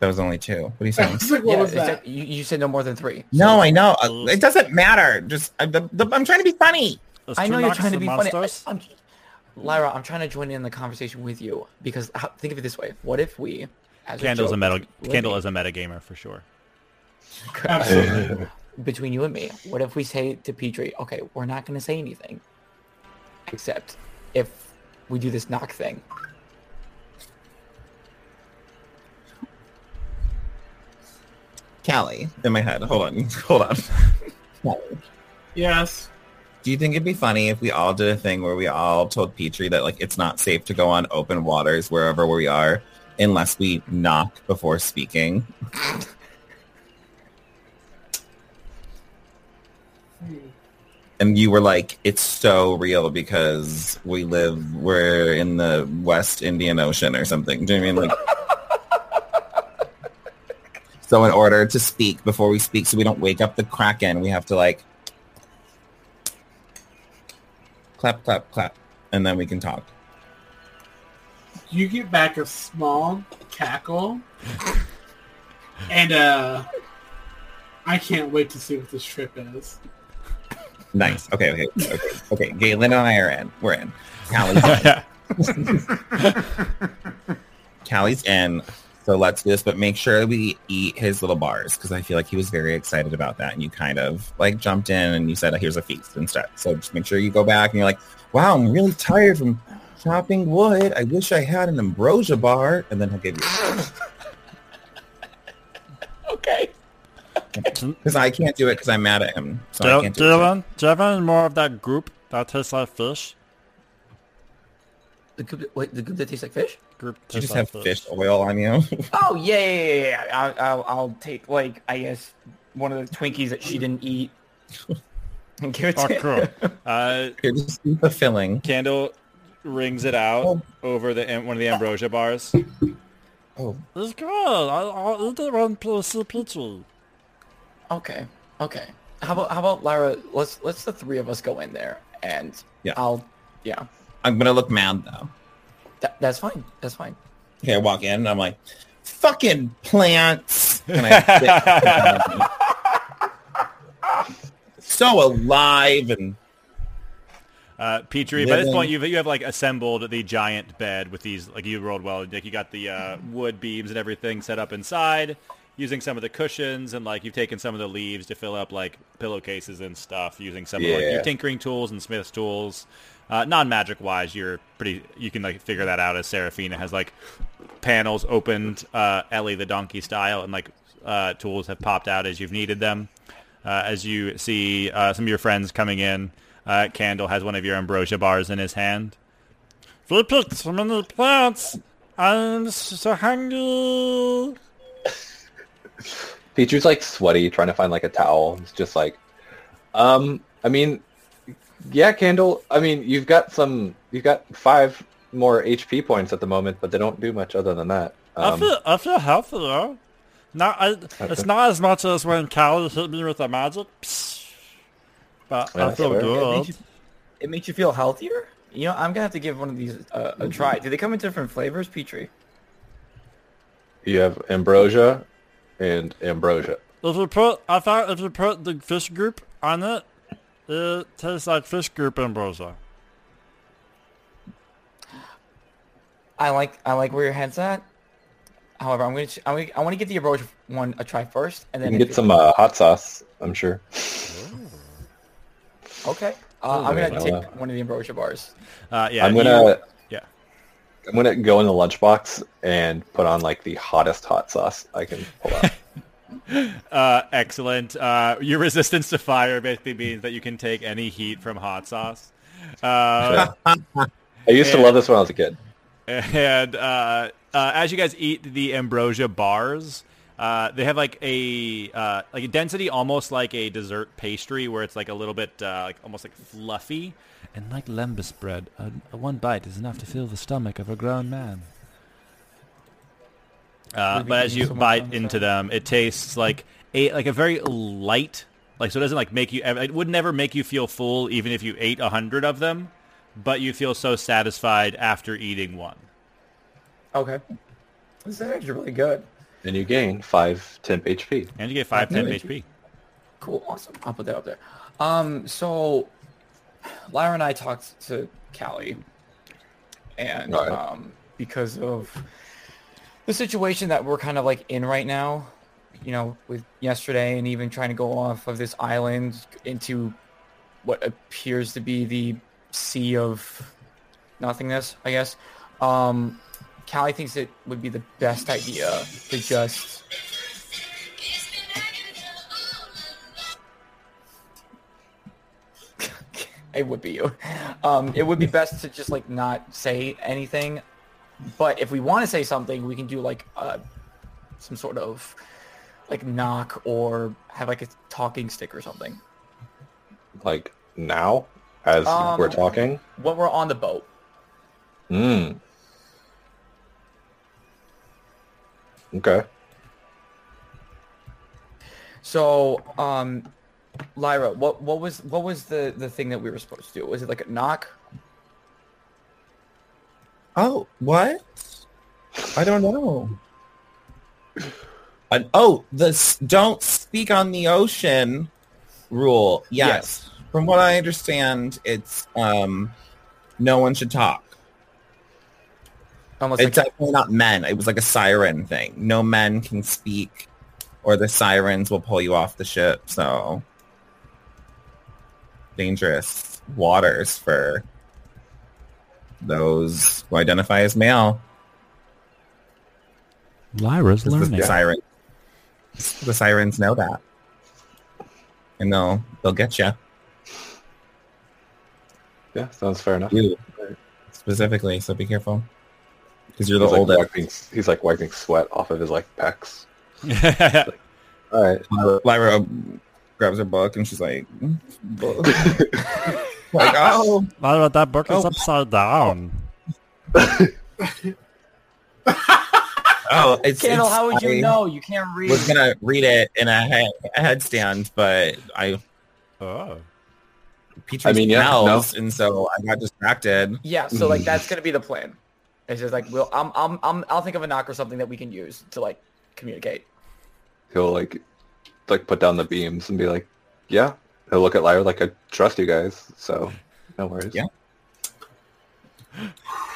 S5: That was only two. What are you saying?
S2: It's like, what
S3: yeah,
S2: was that?
S3: exact- You, you said no more than three.
S5: no, I know. Uh, It doesn't matter. Just I, the, the, I'm trying to be funny.
S3: I know you're
S4: Astronax
S3: trying to
S4: and
S3: be
S4: monsters?
S3: funny. I, am Lyra, I'm trying to join in the conversation with you because how, think of it this way: what if we, as
S4: Candle's
S3: a,
S4: a
S3: joke,
S4: meta.
S3: let
S4: Candle
S3: me-
S4: is a metagamer for sure.
S2: Absolutely.
S3: between you and me, what if we say to Petrie, okay, we're not going to say anything, except if we do this knock thing.
S5: Callie, in my head. Hold on. Hold on. Callie,
S2: Yes.
S5: Do you think it'd be funny if we all did a thing where we all told Petrie that like it's not safe to go on open waters wherever we are unless we knock before speaking? and you were like, "It's so real because we live we're in the West Indian Ocean or something." Do you know what I mean like? so in order to speak before we speak, so we don't wake up the kraken, we have to like clap, clap, clap, and then we can talk.
S2: You get back a small cackle, and uh, I can't wait to see what this trip is.
S5: Nice. Okay, okay, okay, okay. Galen and I are in. We're in. Callie's, Callie's in. So let's do this, but make sure we eat his little bars because I feel like he was very excited about that, and you kind of like jumped in and you said, "Oh, "Here's a feast" instead. So just make sure you go back and you're like, "Wow, I'm really tired from chopping wood. I wish I had an ambrosia bar," and then he'll give you
S3: Okay.
S5: because I can't do it because I'm mad at him. So I
S4: Dylan,
S5: can't do it.
S4: Dylan, Dylan is more of that group that tastes like fish.
S3: The goop, that- wait, the goop that tastes like fish?
S4: Group
S5: You
S4: tastes like
S5: just have fish oil on you.
S3: Oh yeah, yeah, yeah, yeah. I'll, I'll, I'll take like I guess one of the Twinkies that she didn't eat and give it to.
S4: Oh, cool. Uh,
S5: Here, just eat the filling.
S4: Candle rings it out over the am- one of the ambrosia bars.
S5: Oh,
S4: It's good. I'll, I'll eat it when PC Petrie.
S3: Okay. Okay. How about how about Lyra? Let's let's the three of us go in there, and
S5: Yeah.
S3: I'll yeah.
S5: I'm gonna look mad though.
S3: That, that's fine. That's fine.
S5: Okay, I walk in and I'm like, fucking plants. And I sit- so alive and
S4: Uh, Petrie, by this
S5: Living.
S4: point, you've, you have like assembled the giant bed with these, like you rolled well, like you got the uh, wood beams and everything set up inside using some of the cushions and like you've taken some of the leaves to fill up like pillowcases and stuff using some of like,
S1: Yeah.
S4: your tinkering tools and smith's tools. Uh, non-magic wise, you're pretty, you can like figure that out as Seraphina has like panels opened uh, Ellie the donkey style and like uh, tools have popped out as you've needed them. Uh, as you see uh, some of your friends coming in, uh, Candle has one of your ambrosia bars in his hand. We picked so many plants. I'm so hungry.
S1: Peaches like sweaty, trying to find like a towel. It's just like, um, I mean, yeah, Candle. I mean, you've got some, you've got five more HP points at the moment, but they don't do much other than that.
S4: I
S1: Um,
S4: feel I feel healthier. Not I, it's not as much as when Callie hit me with the magic, psh, but
S1: Yeah,
S4: I feel
S1: sure.
S4: good.
S3: It makes you feel healthier. You know, I'm gonna have to give one of these uh,
S1: Mm-hmm.
S3: a try. Do they come in different flavors, Petrie?
S1: you have ambrosia and ambrosia.
S4: If you put, I thought if you put the fish group on it, it tastes like fish group ambrosia.
S3: I like I like where your head's at. However, I'm gonna ch- I'm gonna, I want to get the ambrosia one a try first, and
S1: You
S3: then
S1: can
S3: if
S1: get some uh, hot sauce, I'm sure.
S3: it- okay. Uh, I'm
S1: wait,
S3: gonna
S1: I'll,
S3: take
S1: uh,
S3: one of the ambrosia bars.
S4: Uh, yeah,
S1: I'm
S4: you-
S1: gonna,
S4: yeah.
S1: I'm gonna go in the lunchbox and put on like the hottest hot sauce I can pull out.
S4: Uh, excellent. Uh, your resistance to fire basically means that you can take any heat from hot sauce. Uh,
S1: I used to love this when I was a kid.
S4: and uh, uh, as you guys eat the ambrosia bars, uh, they have like a uh, like a density almost like a dessert pastry where it's like a little bit uh, like almost like fluffy, and like lembas bread, a, a one bite is enough to fill the stomach of a grown man. Uh,
S3: Maybe
S4: but as
S3: eating
S4: you
S3: someone
S4: bite
S3: else's
S4: into
S3: out.
S4: them, it tastes like a like a very light like so it doesn't like make you it would never make you feel full even if you ate a hundred of them, but you feel so satisfied after eating one.
S3: Okay. This is actually really good.
S1: And you gain five temp HP.
S4: And you get five
S3: Yeah.
S4: temp HP.
S3: Cool, awesome. I'll put that up there. Um, so Lyra and I talked to Callie, and
S1: Right.
S3: um, because of the situation that we're kind of like in right now, you know, with yesterday and even trying to go off of this island into what appears to be the sea of nothingness, I guess. Um, Callie thinks it would be the best idea to just it would be you. Um, it would be best to just like not say anything. But if we want to say something, we can do like uh, some sort of like knock or have like a talking stick or something.
S1: Like now, as
S3: Um,
S1: we're talking.
S3: When we're on the boat,
S1: Mm. Okay.
S3: so um, Lyra, what what was what was the the thing that we were supposed to do? Was it like a knock?
S5: Oh, what? I don't know. I, oh, the s- don't speak on the ocean rule. Yes. From what I understand, it's um, no one should talk.
S3: Almost
S5: It's
S3: like
S5: definitely not men. It was like a siren thing. No men can speak, or the sirens will pull you off the ship. So dangerous waters for those who identify as male.
S4: Lyra's
S5: Because the siren, the sirens know that, and they'll they'll get you.
S1: Yeah, sounds fair enough.
S5: You specifically, so be careful. Because you're the
S1: He's like,
S5: oldest.
S1: wiping, he's like wiping sweat off of his like pecs.
S4: yeah,
S1: All right.
S5: Lyra grabs her book and she's like, book. like oh,
S4: Lyra, that book
S5: is Oh.
S4: upside down.
S5: oh, it's.
S3: Kendall.
S5: it's-
S3: How would you
S5: I
S3: know? You can't read.
S5: Was gonna read it in a, head, a headstand, but I
S4: Oh.
S5: Petrie
S1: I mean, yeah,
S5: smells, and so I got distracted.
S3: Yeah, so like that's gonna be the plan. It's just like we'll I'm I'm, I'm I'll think of a knock or something that we can use to like communicate.
S1: He'll like like put down the beams and be like, yeah. He'll look at Lyra like, I trust you guys, so no worries.
S5: Yeah.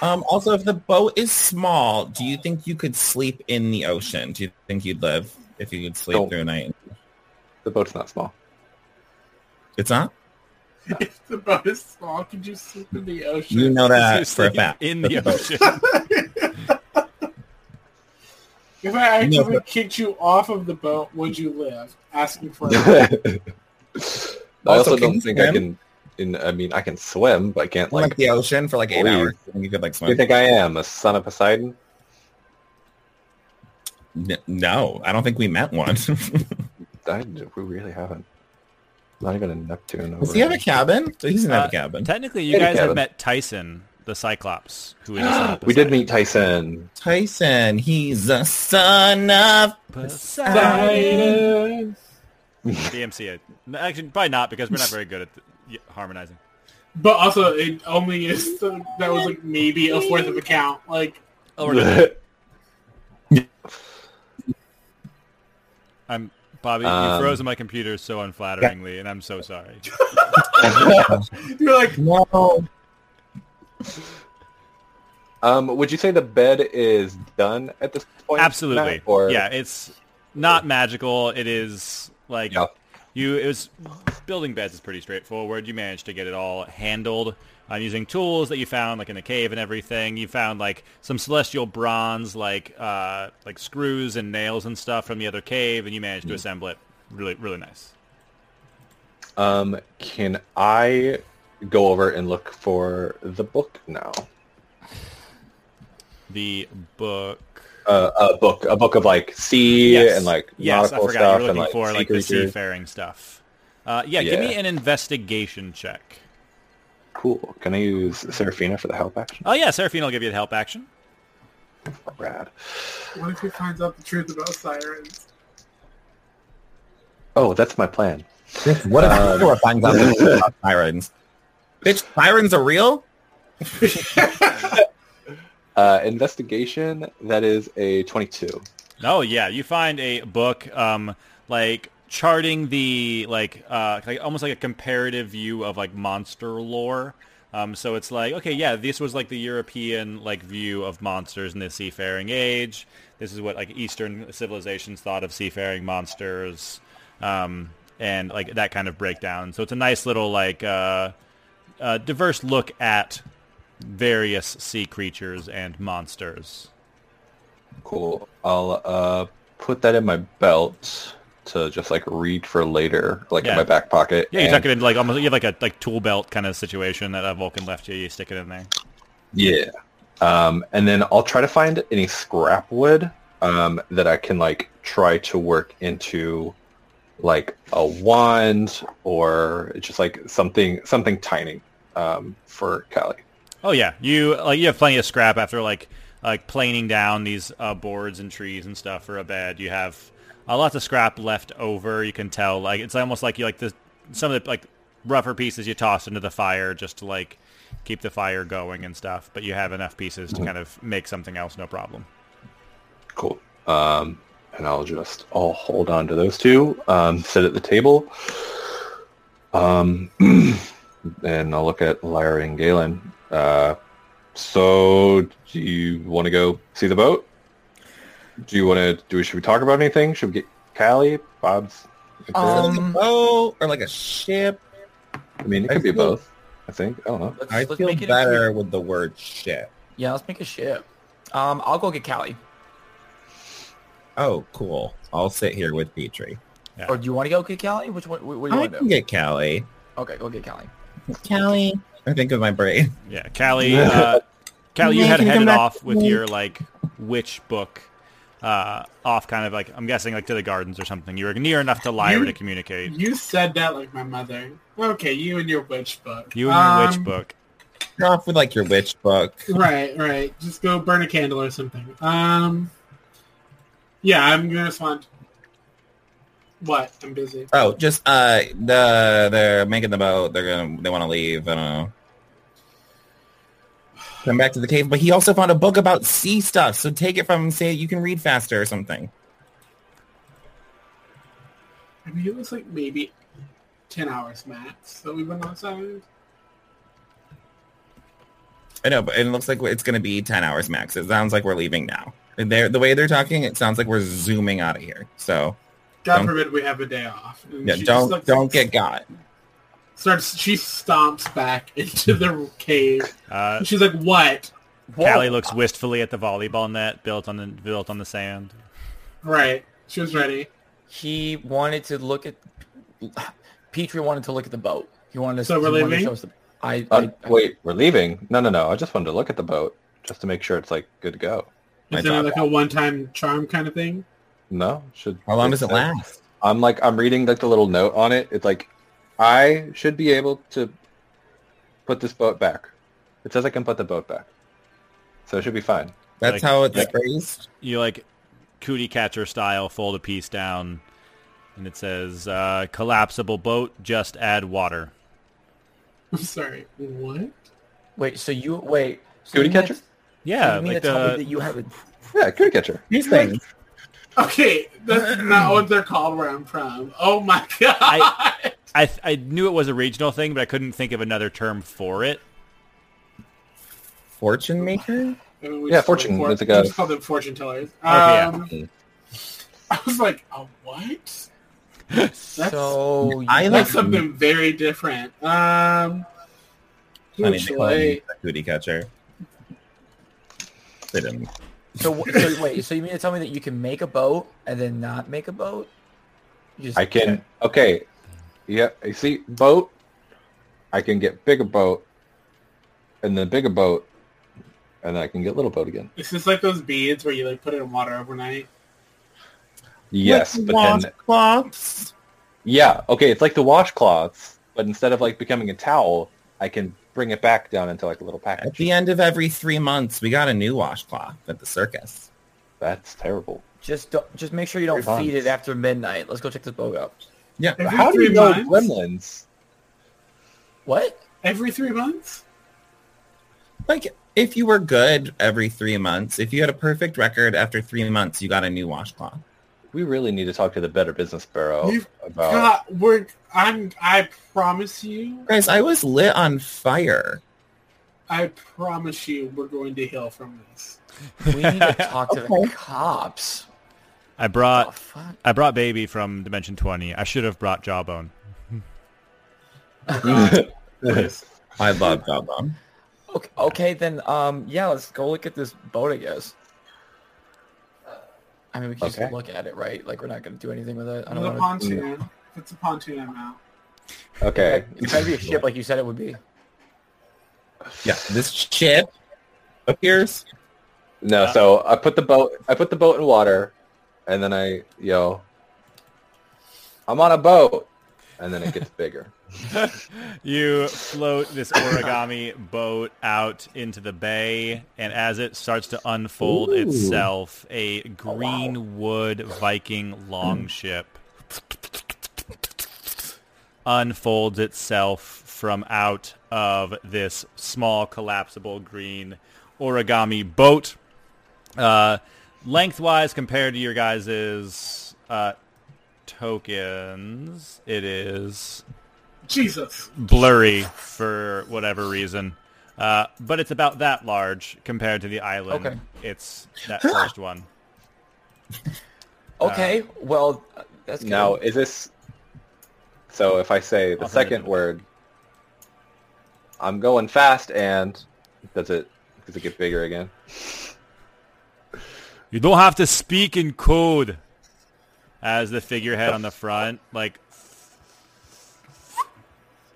S5: Um, also, if the boat is small, do you think you could sleep in the ocean? Do you think you'd live if you could sleep
S1: Don't.
S5: through a night?
S1: The boat's not small.
S5: It's not.
S2: If the boat is small, could you sleep in the ocean?
S5: You know that
S4: Just
S5: Uh, for a
S4: sleep
S5: fact.
S4: in
S5: But
S4: the
S5: boat-
S4: ocean.
S2: If I actually
S5: You know-
S2: kicked you off of the boat, would you live? Asking for a
S1: I also
S5: can
S1: don't
S5: you
S1: think I
S5: swim?
S1: can. In, I mean, I can swim, but I can't
S5: Like,
S1: like.
S5: the ocean for like eight
S1: Please.
S5: hours. And you could like
S1: Do Oh, you
S5: swim.
S1: think I am a son of Poseidon?
S5: N- no, I don't think we met one.
S1: I, we really haven't. Not even a Neptune.
S5: Does
S1: Over
S5: he have a cabin? He doesn't have
S4: Uh,
S5: a cabin.
S4: Technically, you
S1: Hey,
S4: guys have
S1: Kevin.
S4: met Tyson, the Cyclops, who is a son of
S1: we did
S4: Poseidon.
S1: meet Tyson.
S5: Tyson, he's the son of.
S4: Poseidon. DMCA. No, Actually, probably not because we're not very good at th- y- harmonizing.
S2: But also, it only is so that was like maybe a fourth of a count. Like
S4: Oh, we're good. I'm Bobby.
S1: Um,
S4: you froze on my computer so unflatteringly, and I'm so sorry.
S2: you're like,
S5: No,
S1: um, would you say the bed is done at this point?
S4: Absolutely.
S1: Matt, or
S4: Yeah, it's not magical. It is like
S1: Yeah.
S4: you. It was building beds is pretty straightforward. You managed to get it all handled. I'm using tools that you found like in the cave and everything. You found like some celestial bronze, like uh, like screws and nails and stuff from the other cave, and you managed
S1: Mm-hmm.
S4: to assemble it. Really, really nice.
S1: Um, can I go over and look for the book now?
S4: the book.
S1: Uh, a book, a book of like sea
S4: Yes.
S1: and like
S4: yes, I
S1: nautical
S4: forgot
S1: stuff
S4: you were
S1: and
S4: looking
S1: like
S4: for
S1: sea
S4: like the
S1: creatures.
S4: seafaring stuff. Uh, yeah, give me
S1: Yeah.
S4: an investigation check.
S1: Cool. Can I use Seraphina for the help action?
S4: Oh yeah, Seraphina will give you the help action.
S1: Rad.
S2: What if he finds out the truth about sirens?
S1: Oh, that's my plan.
S5: What if people are finding out the truth about sirens? Bitch, sirens are real?
S1: Uh, investigation. That is a twenty-two.
S4: Oh yeah, you find a book um like charting the like uh like almost like a comparative view of like monster lore. Um so it's like okay, yeah, this was like the European like view of monsters in the seafaring age. This is what like eastern civilizations thought of seafaring monsters. Um and like that kind of breakdown. So it's a nice little like uh, uh diverse look at various sea creatures and monsters.
S1: Cool. I'll uh, put that in my belt to just like read for later, like
S4: Yeah.
S1: in my back pocket.
S4: Yeah, you tuck
S1: and-
S4: it in like almost. You have like a like tool belt kind of situation that uh, Vulcan left you. You stick it in there.
S1: Yeah. Um, and then I'll try to find any scrap wood um, that I can like try to work into like a wand or just like something something tiny um, for Callie.
S4: Oh yeah, you like you have plenty of scrap after like like planing down these uh, boards and trees and stuff for a bed. You have uh, lots of scrap left over. You can tell like it's almost like you like the some of the like rougher pieces you toss into the fire just to like keep the fire going and stuff. But you have enough pieces to kind of make something else, no problem.
S1: Cool. Um, and I'll just I'll hold on to those two. Um, sit at the table. Um, and I'll look at Lyra and Galen. Uh, so, do you want to go see the boat? Do you want to do? Should we talk about anything? Should we get Callie, Bob's?
S5: Um, oh, or like a ship.
S1: I mean, it could be both. I think. I don't know.
S3: Let's,
S5: I
S3: let's
S5: feel
S3: make it into a-
S5: better with the word ship.
S3: yeah, let's make a ship. Um, I'll go get Callie.
S5: Oh, cool. I'll sit here with Petrie.
S4: Yeah.
S3: Or do you want to go get Callie? Which one? What, what do you
S5: I
S3: want to
S5: can
S3: do?
S5: get Callie.
S3: Okay, go get Callie.
S5: Callie. I think of my brain.
S4: Yeah, Callie. Uh, Callie, you
S5: Yeah,
S4: had
S5: you can come
S4: headed
S5: back
S4: off
S5: to
S4: with
S5: me.
S4: your like witch book, uh, off kind of like I'm guessing like to the gardens or something. You were near enough to Lyra
S2: You-
S4: to communicate.
S2: You said that like my mother. Okay, you and your witch book.
S4: You and your witch
S2: Um,
S4: book.
S5: Start off with like your witch book.
S2: Right, right. Just go burn a candle or something. Um, yeah, I'm gonna respond. What? I'm busy.
S5: Oh, just uh, the they're making the boat. They're gonna they want to leave. I don't know. Come back to the cave. But he also found a book about sea stuff. So take it from him. Say you can read faster or something.
S2: I mean, it was like maybe ten hours max. So we went outside.
S5: I know, but it looks like it's gonna be ten hours max. It sounds like we're leaving now. They're, the way they're talking, it sounds like we're zooming out of here. So
S2: God
S5: Don't-
S2: forbid we have a day off. And
S5: yeah,
S2: she just
S5: don't
S2: looks-
S5: don't get got.
S2: Starts. She stomps back into the cave.
S4: Uh,
S2: And she's like, "What?
S4: Callie looks wistfully at the volleyball net built on the built on the sand.
S2: Right." She was ready.
S3: He wanted to look at. Petrie wanted to look at the boat. He wanted to.
S2: So we're
S3: he wanted to
S2: leaving?
S3: show us the- I,
S1: Uh,
S3: I, I
S1: wait, we're leaving. No, no, no. I just wanted to look at the boat just to make sure it's like good to go.
S5: I
S2: Is it
S5: thought
S2: like a one-time charm kind of thing?
S1: No, should.
S5: How long does it
S1: says-
S5: last?
S1: I'm like I'm reading like the little note on it. It's like I should be able to put this boat back. It says I can put the boat back, so it should be fine.
S4: Like-
S5: That's how it's
S4: like-
S5: phrased.
S4: You like cootie catcher style fold a piece down, and it says uh, collapsible boat. Just add water.
S2: I'm sorry. What?
S3: wait. So you wait. So
S1: Cootie
S3: you mean
S1: catcher?
S3: to-
S4: Yeah,
S3: you mean
S4: like
S3: to tell me
S4: the
S3: that you have a
S1: Yeah, cootie catcher.
S5: These things.
S2: Okay, that's not what they're called where I'm from. Oh my god.
S4: I- I th- I knew it was a regional thing, but I couldn't think of another term for it.
S5: Fortune maker.
S2: I mean, we
S1: Yeah,
S2: just call them
S1: fortune,
S2: for-
S1: that's a guy.
S2: We just call them fortune tellers.
S4: yeah.
S2: Um, I was like, a what? That's,
S3: so
S5: I
S3: you-
S5: like-
S2: that's something very different. Um,
S5: I mean, they call
S2: actually,
S5: him a cootie catcher. They didn't.
S3: so, wh- so wait. So you mean to tell me that you can make a boat and then not make a boat? You Just,
S1: I can. Okay. Yeah, you see, boat. I can get bigger boat, and the bigger boat and then I can get little boat again.
S2: Is this like those beads where you like put it in water overnight?
S1: Yes, but then
S5: Washcloths.
S1: yeah, okay, it's like the washcloths, but instead of like becoming a towel, I can bring it back down into like a little
S5: At
S1: package.
S5: the end of every three months, we got a new washcloth at the circus.
S1: That's terrible.
S3: Just don't, just make sure you don't
S1: Your
S3: feed
S1: buns.
S3: it after midnight. Let's go check this boat out.
S2: Every
S1: How do
S2: three
S1: you know
S2: months?
S1: gremlins?
S3: What?
S2: Every three months?
S5: Like, if you were good every three months, if you had a perfect record after three months, you got a new washcloth.
S1: We really need to talk to the Better Business Bureau
S2: You've
S1: Oh, about.
S2: God, we're I'm I promise you,
S5: Guys, I was lit on fire.
S2: I promise you, we're going to heal from this.
S3: We need to talk to the cops.
S4: I
S3: Oh,
S4: brought
S3: fuck.
S4: I brought baby from Dimension 20. I should have brought Jawbone.
S2: Yes.
S5: I love Goblin.
S3: Okay, okay, then um yeah, let's go look at this boat, I guess. I mean, we can
S1: Okay.
S3: just look at it, right? Like we're not gonna do anything with it. I don't
S2: The
S3: want
S2: pontoon. If It's a pontoon I'm out.
S3: to.
S1: okay,
S3: It's gotta be a ship, like you said it would be.
S5: Yeah, this ship appears.
S1: No,
S4: Uh,
S1: so I put the boat I put the boat in water and then I yo I'm on a boat and then it gets bigger.
S4: You float this origami boat out into the bay, and as it starts to unfold itself, a green wood Viking longship unfolds itself from out of this small collapsible green origami boat. Uh, lengthwise compared to your guys' uh, tokens, it is
S2: Jesus.
S4: blurry for whatever reason. Uh, but it's about that large compared to the island.
S3: Okay.
S4: It's that first one.
S3: Okay, well uh, that's good.
S1: Now is this so if I say the
S4: Alternative.
S1: second word I'm going fast and does it does it get bigger again?
S4: You don't have to speak in code as the figurehead on the front, like,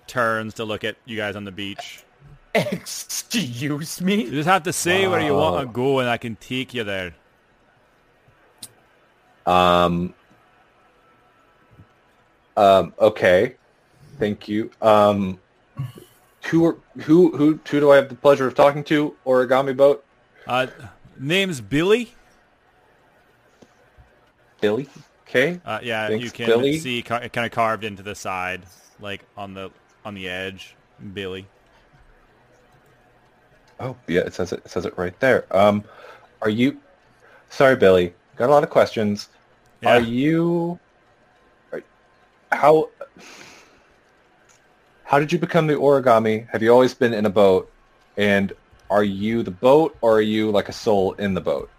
S4: turns to look at you guys on the beach.
S3: excuse me.
S4: You just have to say where you want to go, and I can take you there.
S1: Um Um okay. Thank you. Um who are, who who who do I have the pleasure of talking to? Origami boat?
S4: Uh, name's Billy.
S1: Billy? Okay.
S4: Uh, yeah,
S1: Thanks,
S4: you can
S1: Billy.
S4: see car- kind of carved into the side, like on the on the edge. Billy.
S1: Oh yeah, it says it, it says it right there. Um, are you? Sorry, Billy. Got a lot of questions.
S4: Yeah.
S1: Are you? Are, how? How did you become the origami? Have you always been in a boat? And are you the boat, or are you like a soul in the boat?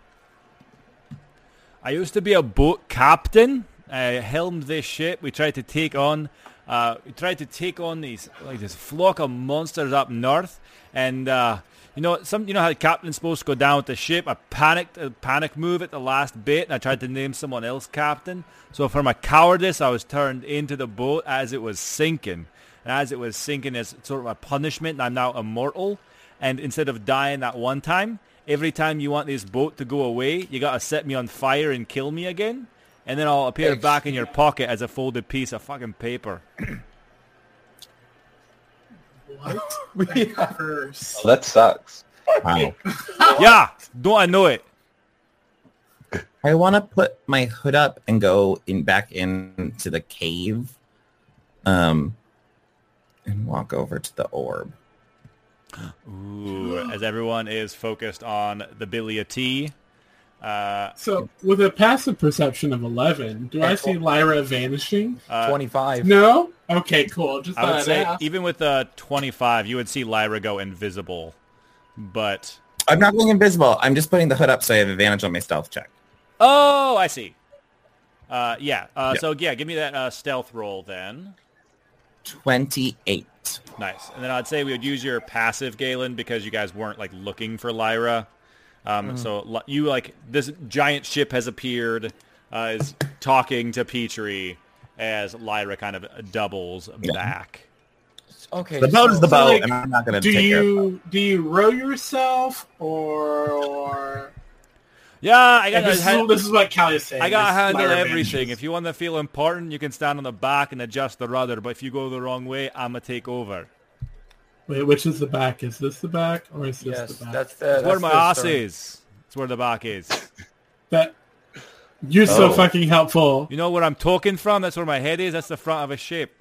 S4: I used to be a boat captain. I helmed this ship. We tried to take on, uh, we tried to take on these like this flock of monsters up north, and uh, you know some. You know how the captain's supposed to go down with the ship. I panicked, a panic move at the last bit, and I tried to name someone else captain. So for my cowardice, I was turned into the boat as it was sinking, and as it was sinking, as sort of a punishment, I'm now immortal. And instead of dying that one time, every time you want this boat to go away, you gotta set me on fire and kill me again, and then I'll appear back in your pocket as a folded piece of fucking paper.
S2: What? Curse.
S1: Well, that sucks.
S5: Wow.
S4: yeah, don't I know it?
S5: I want to put my hood up and go in back into the cave, um, and walk over to the orb.
S4: Ooh, as everyone is focused on the Billia T. Uh,
S2: So with a passive perception of eleven, do I
S3: That's
S2: see Lyra vanishing?
S4: uh,
S3: Twenty-five.
S2: No? Okay, cool. Just
S4: I
S2: thought
S4: would
S2: I'd
S4: say
S2: ask.
S4: even with a 25, you would see Lyra go invisible, but
S5: I'm not going invisible. I'm just putting the hood up so I have advantage on my stealth check.
S4: oh, I see. Uh, yeah. Uh,
S5: Yeah.
S4: So yeah, give me that uh, stealth roll then.
S5: 28.
S4: Nice. And then I'd say we would use your passive, Galen, because you guys weren't like looking for Lyra. Um,
S2: Mm.
S4: So li- you like this giant ship has appeared, uh, is talking to Petrie as Lyra kind of doubles back.
S3: Okay.
S5: The boat is the
S3: so-
S5: boat,
S2: like,
S5: and I'm not going to
S2: Do
S5: take care of it.
S2: you do you row yourself or or
S4: Yeah, I got
S2: And this,
S4: a hand-
S2: is, this is what Callie is saying.
S4: I got
S2: This
S4: to
S2: is my
S4: handle
S2: revenge.
S4: everything. If you want to feel important, you can stand on the back and adjust the rudder. But if you go the wrong way, I'ma take over.
S2: Wait, which is the back? Is this the back or is this
S3: Yes,
S2: the back?
S3: that's the.
S4: It's where
S3: that's
S4: my
S3: the
S4: ass
S3: stern.
S4: is. It's where the back is.
S2: That you're so
S1: Oh.
S2: fucking helpful.
S4: You know where I'm talking from? That's where my head is. That's the front of a ship.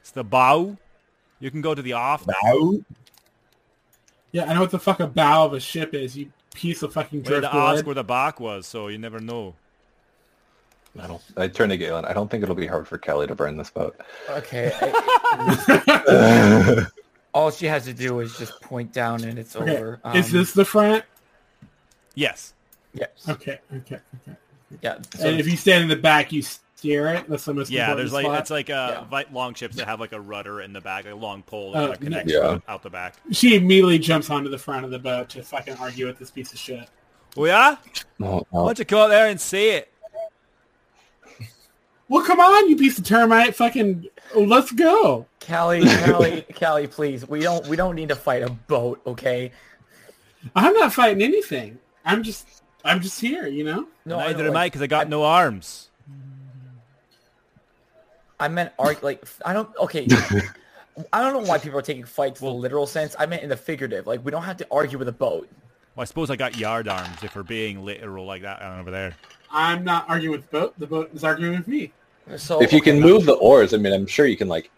S4: It's the bow. You can go to the aft.
S5: Bow?
S2: Yeah, I know what the fuck a bow of a ship is. You piece of fucking
S4: Where to ask
S2: driftwood.
S4: where the back was, so you never know.
S1: I don't. I turn to Galen. I don't think it'll be hard for Kelly to burn this boat.
S3: Okay. I- all she has to do is just point down and it's
S2: Okay,
S3: over.
S2: is
S3: Um,
S2: this the front?
S4: Yes.
S3: Yes.
S2: Okay, okay, okay.
S3: Yeah. so-
S2: and if you stand in the back, you steer it. That's the most
S4: Yeah,
S2: important
S4: there's like
S2: spot.
S4: it's like uh,
S3: Yeah.
S4: vi- long ships that have like a rudder in the back, a long pole
S2: Oh,
S4: that like, connects
S1: Uh, yeah.
S4: out the back.
S2: She immediately jumps onto the front of the boat to fucking argue with this piece of shit.
S4: Oh yeah,
S1: No,
S4: why
S1: no.
S4: don't you go out there and see it?
S2: Well, come on, you piece of termite! Fucking, let's go.
S3: Callie, Callie, Callie, please. We don't we don't need to fight a boat, okay?
S2: I'm not fighting anything. I'm just, I'm just here. You know.
S1: Oh,
S3: No, I,
S4: Neither
S3: don't,
S4: am I
S3: like,
S4: because I got no arms.
S3: I meant arg like I don't okay. I don't know why people are taking fights in the literal sense. I meant in the figurative. Like we don't have to argue with a boat.
S4: Well, I suppose I got yard arms if we're being literal like that down over there.
S2: I'm not arguing with the boat. The boat is arguing with me.
S3: So
S1: If you
S3: okay,
S1: can move the oars, I mean, I'm sure you can like,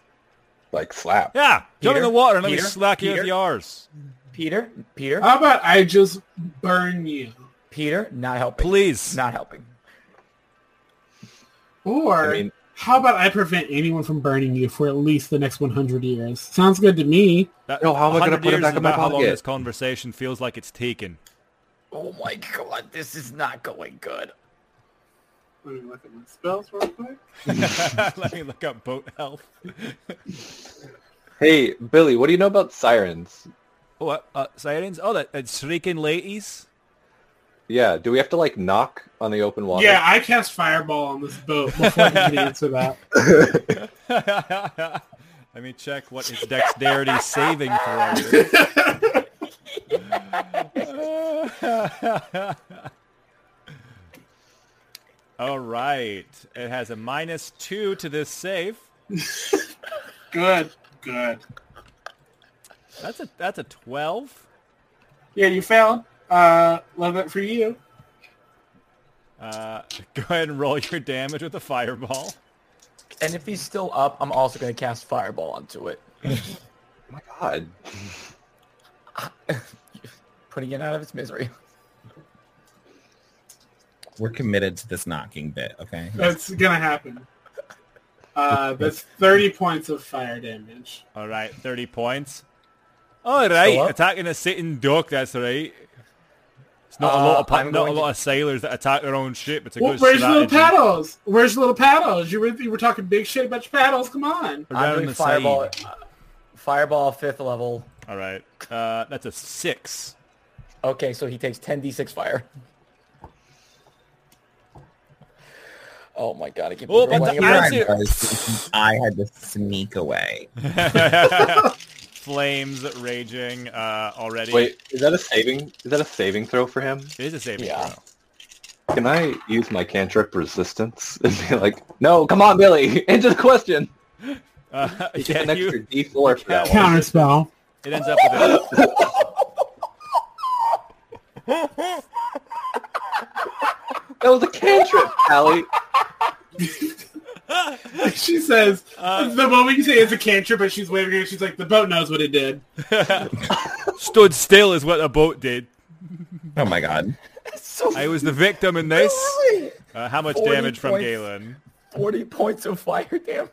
S1: like slap.
S4: Yeah, jump in
S3: Peter?
S4: the water and let me
S3: Peter?
S4: slack you with
S3: Peter?
S4: the arms.
S3: Peter, Peter,
S1: Ah!
S2: How about I just burn you?
S3: Peter, not helping.
S4: Please.
S3: not helping.
S2: Or
S1: I mean-
S2: how about I prevent anyone from burning you for at least the next 100 years? Sounds good to me.
S4: That-
S1: No, how am I gonna
S4: 100
S1: put it
S4: years
S1: back
S4: is
S1: in my
S4: about How long
S1: pocket?
S4: this conversation feels like it's taken.
S3: Oh my god, this is not going good.
S2: Let me look at my spells real quick.
S4: Let me look up boat health.
S1: Hey, Billy, what do you know about sirens?
S4: Oh, uh, uh, sirens? Oh, that, that shrieking ladies.
S1: Yeah, do we have to like knock on the open water?
S2: Yeah, I cast Fireball on this boat before I can answer that.
S4: Let me check what his dexterity saving throw is. All right. It has a minus two to this save.
S2: Good, good.
S4: That's a that's a twelve.
S2: Yeah, you failed. Uh, love it for you.
S4: Uh, go ahead and roll your damage with a fireball.
S3: And if he's still up, I'm also gonna cast fireball onto it,
S1: Oh my god.
S3: putting it out of its misery.
S5: We're committed to this knocking bit, okay?
S2: That's gonna happen. Uh, that's 30 points of fire damage.
S4: All right, thirty points. All right,
S3: Still up?
S4: attacking a sitting duck. That's right. It's not a
S3: Uh,
S4: lot of pa-
S3: I'm
S4: not a
S3: going to-
S4: lot of sailors that attack their own ship. It's a
S2: Well,
S4: good
S2: where's your little
S4: strategy.
S2: paddles? Where's your little paddles? You were, you were talking big shit about your paddles. Come on.
S4: Around
S3: I'm doing
S4: the
S3: fireball.
S4: side.
S3: uh, Fireball fifth level.
S4: All right, uh, that's a six.
S3: Okay, so he takes 10d6 fire. Oh my god, I can't
S4: Oh,
S3: believe
S4: but
S3: I'm
S4: the
S3: running
S5: Here I
S3: around.
S4: That's it.
S5: was. I had to sneak away.
S4: Flames raging uh, already.
S1: Wait, is that a saving? Is that a saving throw for him?
S4: it is a saving
S3: Yeah.
S4: throw.
S1: Can I use my cantrip resistance and be like, no, come on, Billy, answer the question.
S4: Uh,
S1: You get
S4: yeah,
S1: an extra
S4: you-
S1: D4 for that one.
S2: Counter spell.
S4: it ends up with a,
S1: That was a cantrip, Allie.
S2: she says
S1: Uh,
S2: the moment you say it's a cantrip, but she's waving her. She's like, the boat knows what it did.
S4: stood still is what a boat did.
S5: Oh my god.
S3: So
S4: I was the victim in this.
S3: really?
S4: Uh, how much
S3: 40
S4: damage from
S3: points.
S4: Galen?
S3: 40 points of fire damage.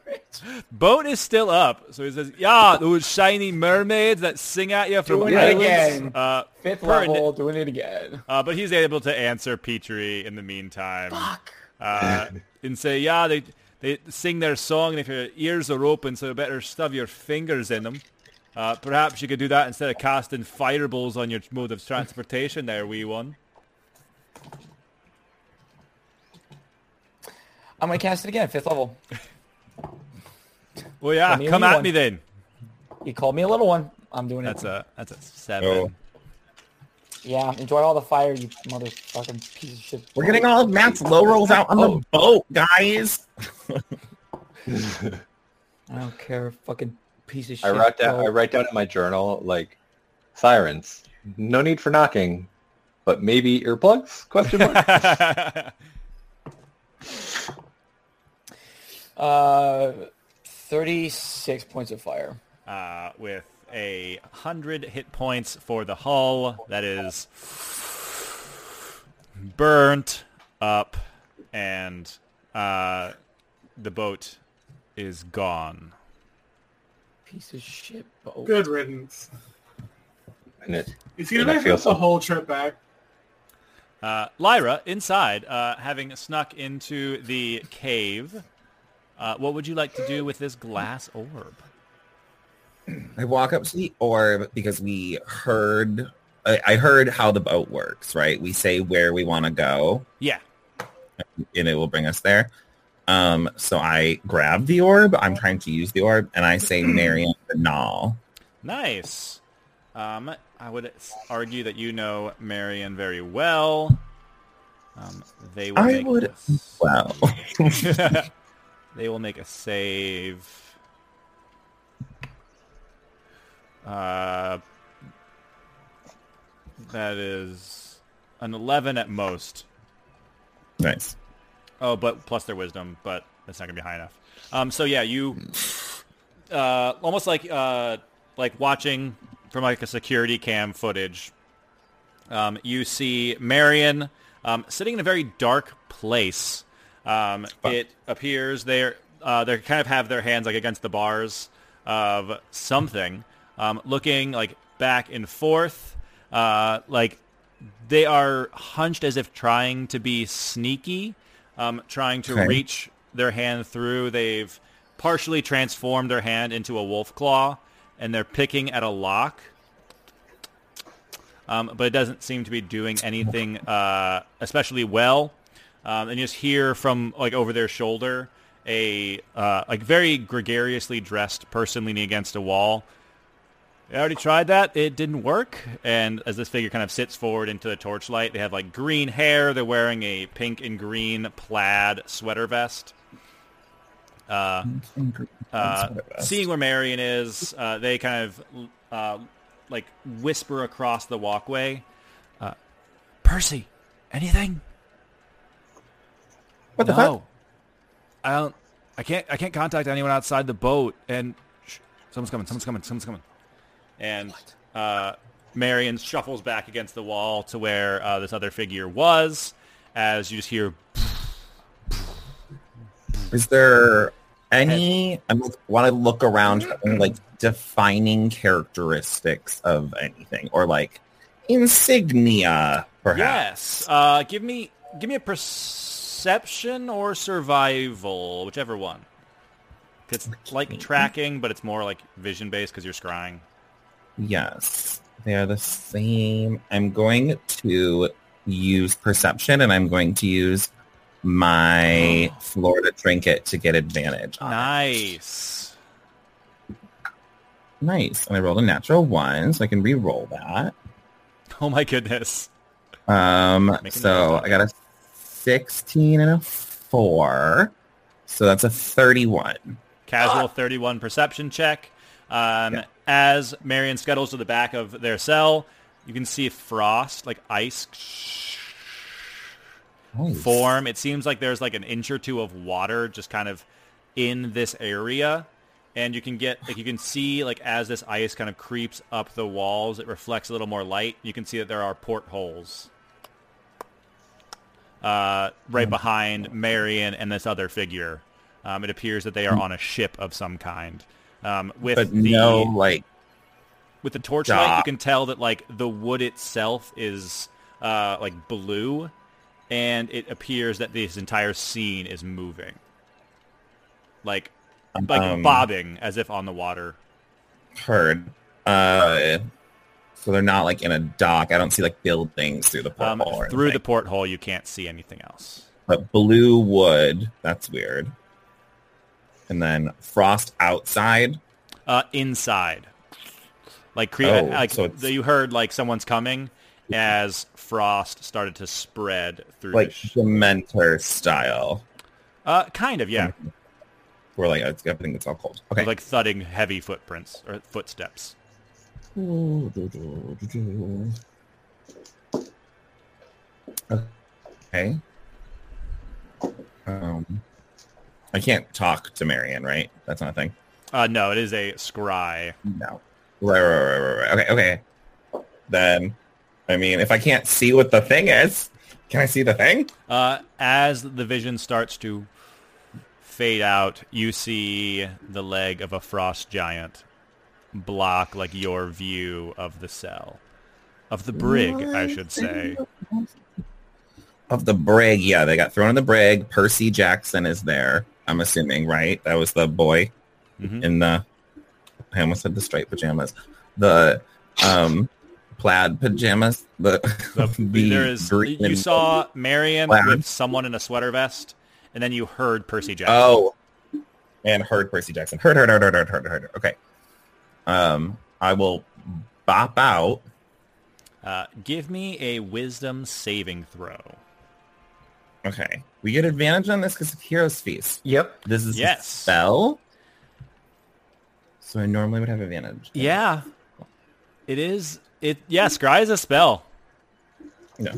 S4: Boat is still up, so he says, "Yeah, those shiny mermaids that sing at you from
S3: Doing it
S4: islands."
S3: again.
S4: Uh,
S3: Fifth
S4: per ni-
S3: level, doing it again.
S4: uh, but he's able to answer Petrie in the meantime
S3: Fuck.
S4: uh, and say, "Yeah, they they sing their song, and if your ears are open, so you better stuff your fingers in them." Uh, perhaps you could do that instead of casting fireballs on your mode of transportation, there, wee one.
S3: I'm gonna cast it again, fifth level.
S4: Oh yeah,
S3: Funny
S4: come
S3: wee
S4: Oh, at
S3: one.
S4: me then.
S3: You called me a little one. I'm doing
S4: That's
S3: it.
S4: a that's a seven.
S3: Yeah, enjoy all the fire, you motherfucking piece of shit.
S5: We're getting all of Matt's low rolls out on
S2: Oh.
S5: the boat, guys.
S3: I don't care, fucking piece of shit.
S1: I wrote down.
S3: bro.
S1: I write down in my journal like sirens. No need for knocking, but maybe earplugs? Question mark.
S3: Uh, 36 points of fire.
S4: uh, with a hundred hit points for the hull. That is burnt up, and uh, the boat is gone.
S3: Piece of shit. Bo.
S2: Good riddance.
S1: and it,
S2: Is he
S1: And I
S2: gonna make
S1: feel
S2: up the
S1: something.
S2: whole trip back?
S4: Uh, Lyra, inside, uh, having snuck into the cave, uh, what would you like to do with this glass orb?
S5: I walk up to the orb because we heard, I, I heard how the boat works, right? We say where we want to go
S4: Yeah.
S5: and it will bring us there. Um, so I grab the orb. I'm trying to use the orb and I say Marion Banal.
S4: Nice. Um, I would s- argue that you know Marion very well. Um, they will
S5: I
S4: make
S5: would-
S4: a s-
S5: Wow.
S4: they will make a save. Uh, that is an eleven at most.
S5: nice.
S4: Oh, but plus their wisdom, but that's not gonna be high enough. Um, so yeah, you uh, almost like uh, like watching from like a security cam footage. Um, you see Marion um, sitting in a very dark place. Um, it appears they're uh, they kind of have their hands like against the bars of something, um, looking like back and forth, uh, like they are hunched as if trying to be sneaky, um, trying to
S5: Okay.
S4: reach their hand through. They've partially transformed their hand into a wolf claw, and they're picking at a lock. Um, but it doesn't seem to be doing anything uh, especially well. Um, and you just hear from like over their shoulder a uh, like very gregariously dressed person leaning against a wall I already tried that. It didn't work. And as this figure kind of sits forward into the torchlight, they have like green hair. They're wearing a pink and green plaid sweater vest. Uh, uh, seeing where Marion is, uh, they kind of uh, like whisper across the walkway. Uh, Percy, anything?
S5: What the
S4: no. I don't. I can't. I can't contact anyone outside the boat. And shh, someone's coming. Someone's coming. Someone's coming. And uh, Marion shuffles back against the wall to where uh, this other figure was. As you just hear,
S5: fuck? Is there any, I want to look around for any, like defining characteristics of anything or like insignia, perhaps.
S4: yes. Uh, give me, give me a perception or survival, whichever one. It's like tracking, but it's more like vision based because you're scrying.
S5: Yes, they are the same. I'm going to use perception, and I'm going to use my Florida trinket to get advantage. on it.
S4: Nice.
S5: Nice. And I rolled a natural one, so I can re-roll that.
S4: Oh my goodness.
S5: Um,
S4: Make a
S5: so
S4: note.
S5: I got a 16 and a 4. So that's a 31.
S4: casual 31 perception check. Um, As Marion scuttles to the back of their cell, you can see frost, like ice,
S5: Nice.
S4: form. It seems like there's like an inch or two of water just kind of in this area. And you can get, like, you can see, like, as this ice kind of creeps up the walls, it reflects a little more light. You can see that there are portholes uh, right behind Marion and this other figure. Um, it appears that they are on a ship of some kind. Um, with
S5: But
S4: the
S5: no, like,
S4: with the torchlight, you
S5: Stop.
S4: can tell that like the wood itself is uh, like blue, and it appears that this entire scene is moving, like like
S5: Um,
S4: bobbing as if on the water.
S5: heard. Uh, so they're not, like, in a dock. I don't see, like, buildings through the
S4: Um,
S5: porthole. or
S4: through
S5: anything.
S4: the porthole, you can't see anything else.
S5: but blue wood. That's weird. And then frost outside.
S4: uh, inside. Like, cre-
S5: Oh,
S4: like
S5: so it's-
S4: the, you heard like someone's coming as frost started to spread through.
S5: Like
S4: the sh-
S5: Dementor style.
S4: uh, kind of, yeah.
S5: We're like, it's, I think it's all cold. Okay.
S4: With, like thudding heavy footprints or footsteps.
S5: Okay. Um, I can't talk to Marion, right? That's not a thing.
S4: Uh, no, it is a scry.
S5: No. Right, right, right, right, right. Okay, okay. Then, I mean, if I can't see what the thing is, can I see the thing?
S4: Uh, as the vision starts to fade out, you see the leg of a frost giant block like your view of the cell, of the brig, I should say.
S5: Of the brig, yeah, they got thrown in the brig. Percy Jackson is there. I'm assuming, right? That was the boy
S4: Mhm.
S5: in the. I almost said the striped pajamas, the um, plaid pajamas. The,
S4: The- there is
S5: green
S4: you
S5: and-
S4: saw Marion
S5: Wow.
S4: with someone in a sweater vest, and then you heard Percy Jackson.
S5: Oh, and heard Percy Jackson. Heard, heard, heard, heard, heard, heard, heard. Okay. Um, I will bop out.
S4: Uh, give me a wisdom saving throw.
S5: Okay. We get advantage on this because of Hero's Feast.
S7: Yep.
S5: This is
S4: Yes.
S5: a spell. So I normally would have advantage.
S4: Yeah, it is. It yeah, scry is a spell.
S5: No.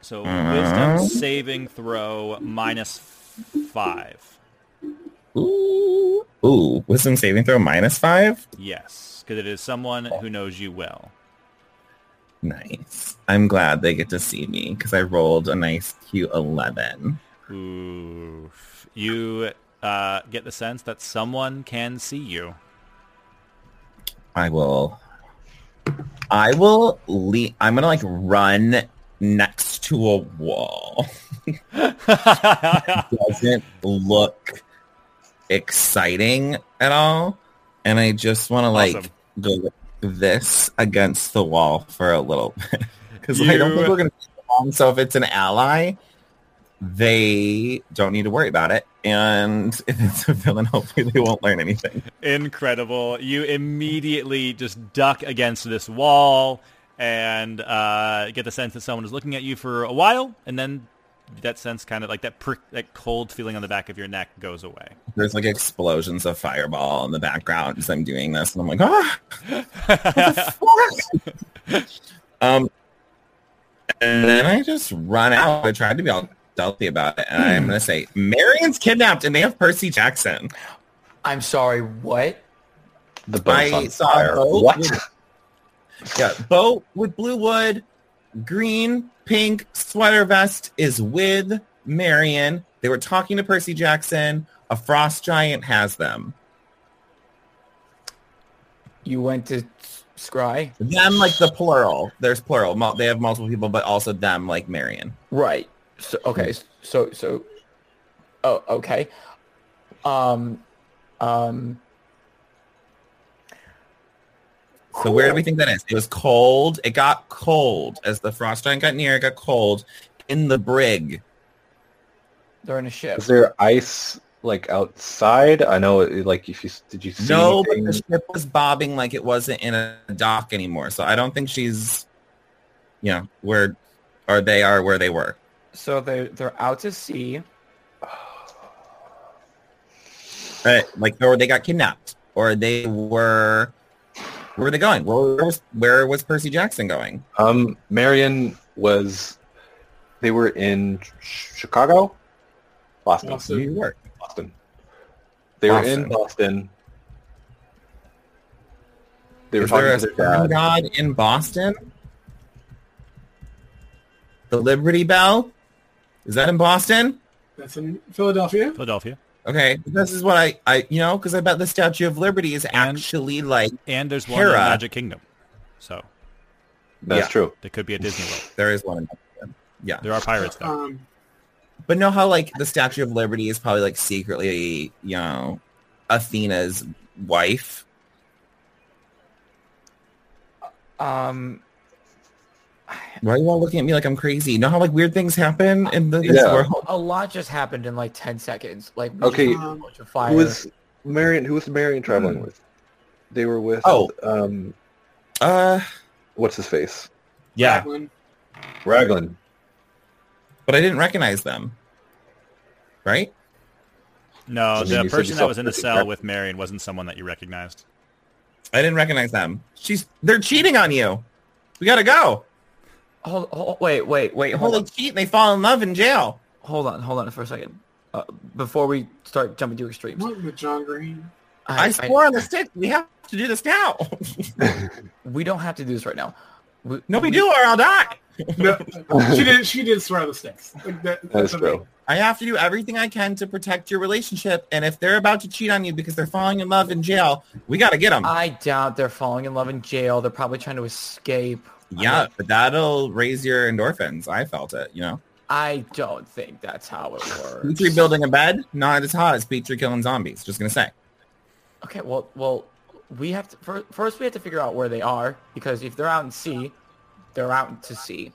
S4: So
S5: Uh-huh.
S4: wisdom saving throw minus five.
S5: Ooh. Ooh. Wisdom saving throw minus five.
S4: Yes, because it is someone who knows you well.
S5: Nice. I'm glad they get to see me because I rolled a nice cute 11.
S4: Oof. You uh, get the sense that someone can see you.
S5: I will. I will. Le- I'm gonna like run next to a wall. Doesn't look exciting at all, and I just want to like
S4: Awesome.
S5: go like this against the wall for a little bit because I don't
S4: You-
S5: think we're gonna get along. So if it's an ally, they don't need to worry about it, and if it's a villain, hopefully they won't learn anything.
S4: Incredible. You immediately just duck against this wall and uh, get the sense that someone is looking at you for a while, and then that sense kind of like that prick, that cold feeling on the back of your neck goes away.
S5: there's like explosions of fireball in the background as I'm doing this, and I'm like, ah, um, and then I just run out. I tried to be all stealthy about it, and I'm
S1: Hmm.
S5: gonna say, Marion's kidnapped, and they have Percy Jackson.
S3: I'm sorry, what?
S1: The boat's
S5: I
S1: on
S5: saw a
S1: fire.
S5: boat
S1: What?
S5: with- Yeah, boat with blue wood, green, pink sweater vest is with Marion. They were talking to Percy Jackson. A frost giant has them.
S3: You went to s- scry?
S5: Them like the plural. There's plural. Mul- They have multiple people, but also them like Marion.
S3: Right. So okay. s- So so. Oh okay. Um, um.
S5: So where do we think that is? It was cold. It got cold as the frost giant got near. It got cold in the brig.
S3: They're in a ship.
S1: Is there ice like outside? I know, like, if you did you see
S5: no, but
S1: anything?
S5: the ship was bobbing like it wasn't in a dock anymore. So I don't think she's, you know, where, or they are where they were.
S3: So they're they're out to sea.
S5: Uh, like, or they got kidnapped, or they were. Where were they going? Where was, where was Percy Jackson going?
S1: Um, Marion was. They were in Ch- Chicago, Boston,
S2: Boston.
S5: New York.
S1: Boston. They were in
S5: Boston.
S1: Boston. They were
S5: Is there
S1: talking
S5: a
S1: to their
S5: sun
S1: dad.
S5: god in Boston? The Liberty Bell? Is that in Boston?
S2: That's in Philadelphia.
S4: Philadelphia.
S5: Okay, this is what I, I you know, because I bet the Statue of Liberty is actually like,
S4: And there's one in
S5: Hera.
S4: Magic Kingdom. So
S1: That's
S5: Yeah.
S1: true.
S4: there could be a Disney World.
S5: there is one in Boston. Yeah.
S4: There are pirates though.
S2: Um,
S5: But know how like the Statue of Liberty is probably like secretly, you know, Athena's wife?
S3: Um.
S5: Why are you all looking at me like I'm crazy? You know how like weird things happen in the, this
S1: Yeah.
S5: world?
S3: A lot just happened in like ten seconds. Like we
S1: Okay,
S3: just had a bunch of fire.
S1: Who was Marion? Who was Marion traveling with? They were with.
S5: Hmm. Oh.
S1: um,
S5: Uh,
S1: what's his face?
S5: yeah,
S2: Raglan.
S1: Raglan.
S5: but I didn't recognize them. Right?
S4: No,
S1: I mean,
S4: the
S1: you said
S4: person
S1: you
S4: that
S1: saw
S4: was in the
S1: pretty
S4: cell
S1: dark.
S4: with Marion wasn't someone that you recognized.
S5: I didn't recognize them. She's they're cheating on you. We gotta go.
S3: Hold, hold, wait, wait, wait.
S5: They
S3: Hold
S5: hold
S3: on,
S5: a cheat and they fall in love in jail.
S3: hold on, hold on for a second. Uh, before we start jumping to extremes,
S2: What with John Green?
S5: I, swore on the stick. We have to do this now.
S3: we don't have to do this right now. We,
S5: no, we do, or I'll die.
S2: No, she did. She did swear the sticks. Like, that-
S1: That's
S2: the
S1: true.
S5: I have to do everything I can to protect your relationship. And if they're about to cheat on you because they're falling in love in jail, we gotta get them.
S3: I doubt they're falling in love in jail. They're probably trying to escape.
S5: yeah, but that'll raise your endorphins. I felt it. You know,
S3: I don't think that's how it works.
S5: Petri building a bed, not as hot as Petri killing zombies. Just gonna say.
S3: Okay, well, well, we have to fir- first we have to figure out where they are because if they're out in sea, they're out to sea.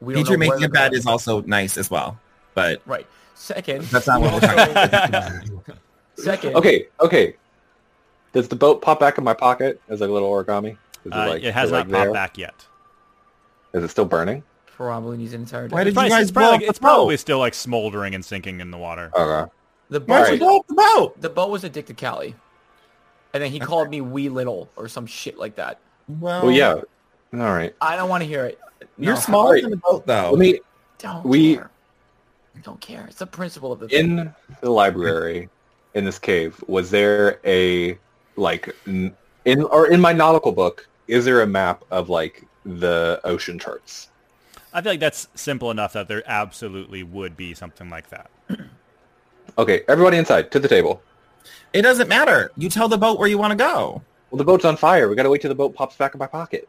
S3: We don't
S5: Petri
S3: know where
S5: making a
S3: they're going.
S5: bed is also nice as well, but
S3: right. Second,
S5: that's not
S3: we
S5: what we're talking about.
S3: also- Second,
S1: Okay, okay. Does the boat pop back in my pocket as a little origami? Is
S4: Uh,
S1: like-
S4: it has
S1: is
S4: not
S1: like
S4: popped
S1: there?
S4: back yet.
S1: Is it still burning?
S3: probably needs an entire.
S5: Why
S3: day.
S5: did
S4: Probably-
S5: you guys
S4: it's
S5: blow up
S4: probably,
S5: the
S4: it's probably
S5: boat?
S4: still like smoldering and sinking in the water.
S1: Okay.
S3: the boat?
S5: Why don't you
S1: Alright.
S5: blow up the boat?
S3: The boat was addicted Cali, and then he called me wee little or some shit like that.
S1: Well, yeah. All right.
S3: I don't want to hear it.
S5: You're
S3: No,
S5: smaller
S1: Right. Oh.
S5: than the boat, though.
S1: Let me
S3: Don't
S1: We-
S3: care. Don't care. It's the principle of the thing.
S1: in the library in this cave. Was there a like n- in or in my nautical book? Is there a map of like the ocean charts?
S4: I feel like that's simple enough that there absolutely would be something like that.
S1: Okay, everybody inside to the table.
S5: It doesn't matter. You tell the boat where you want to go.
S1: Well, the boat's on fire. We gotta wait till the boat pops back in my pocket.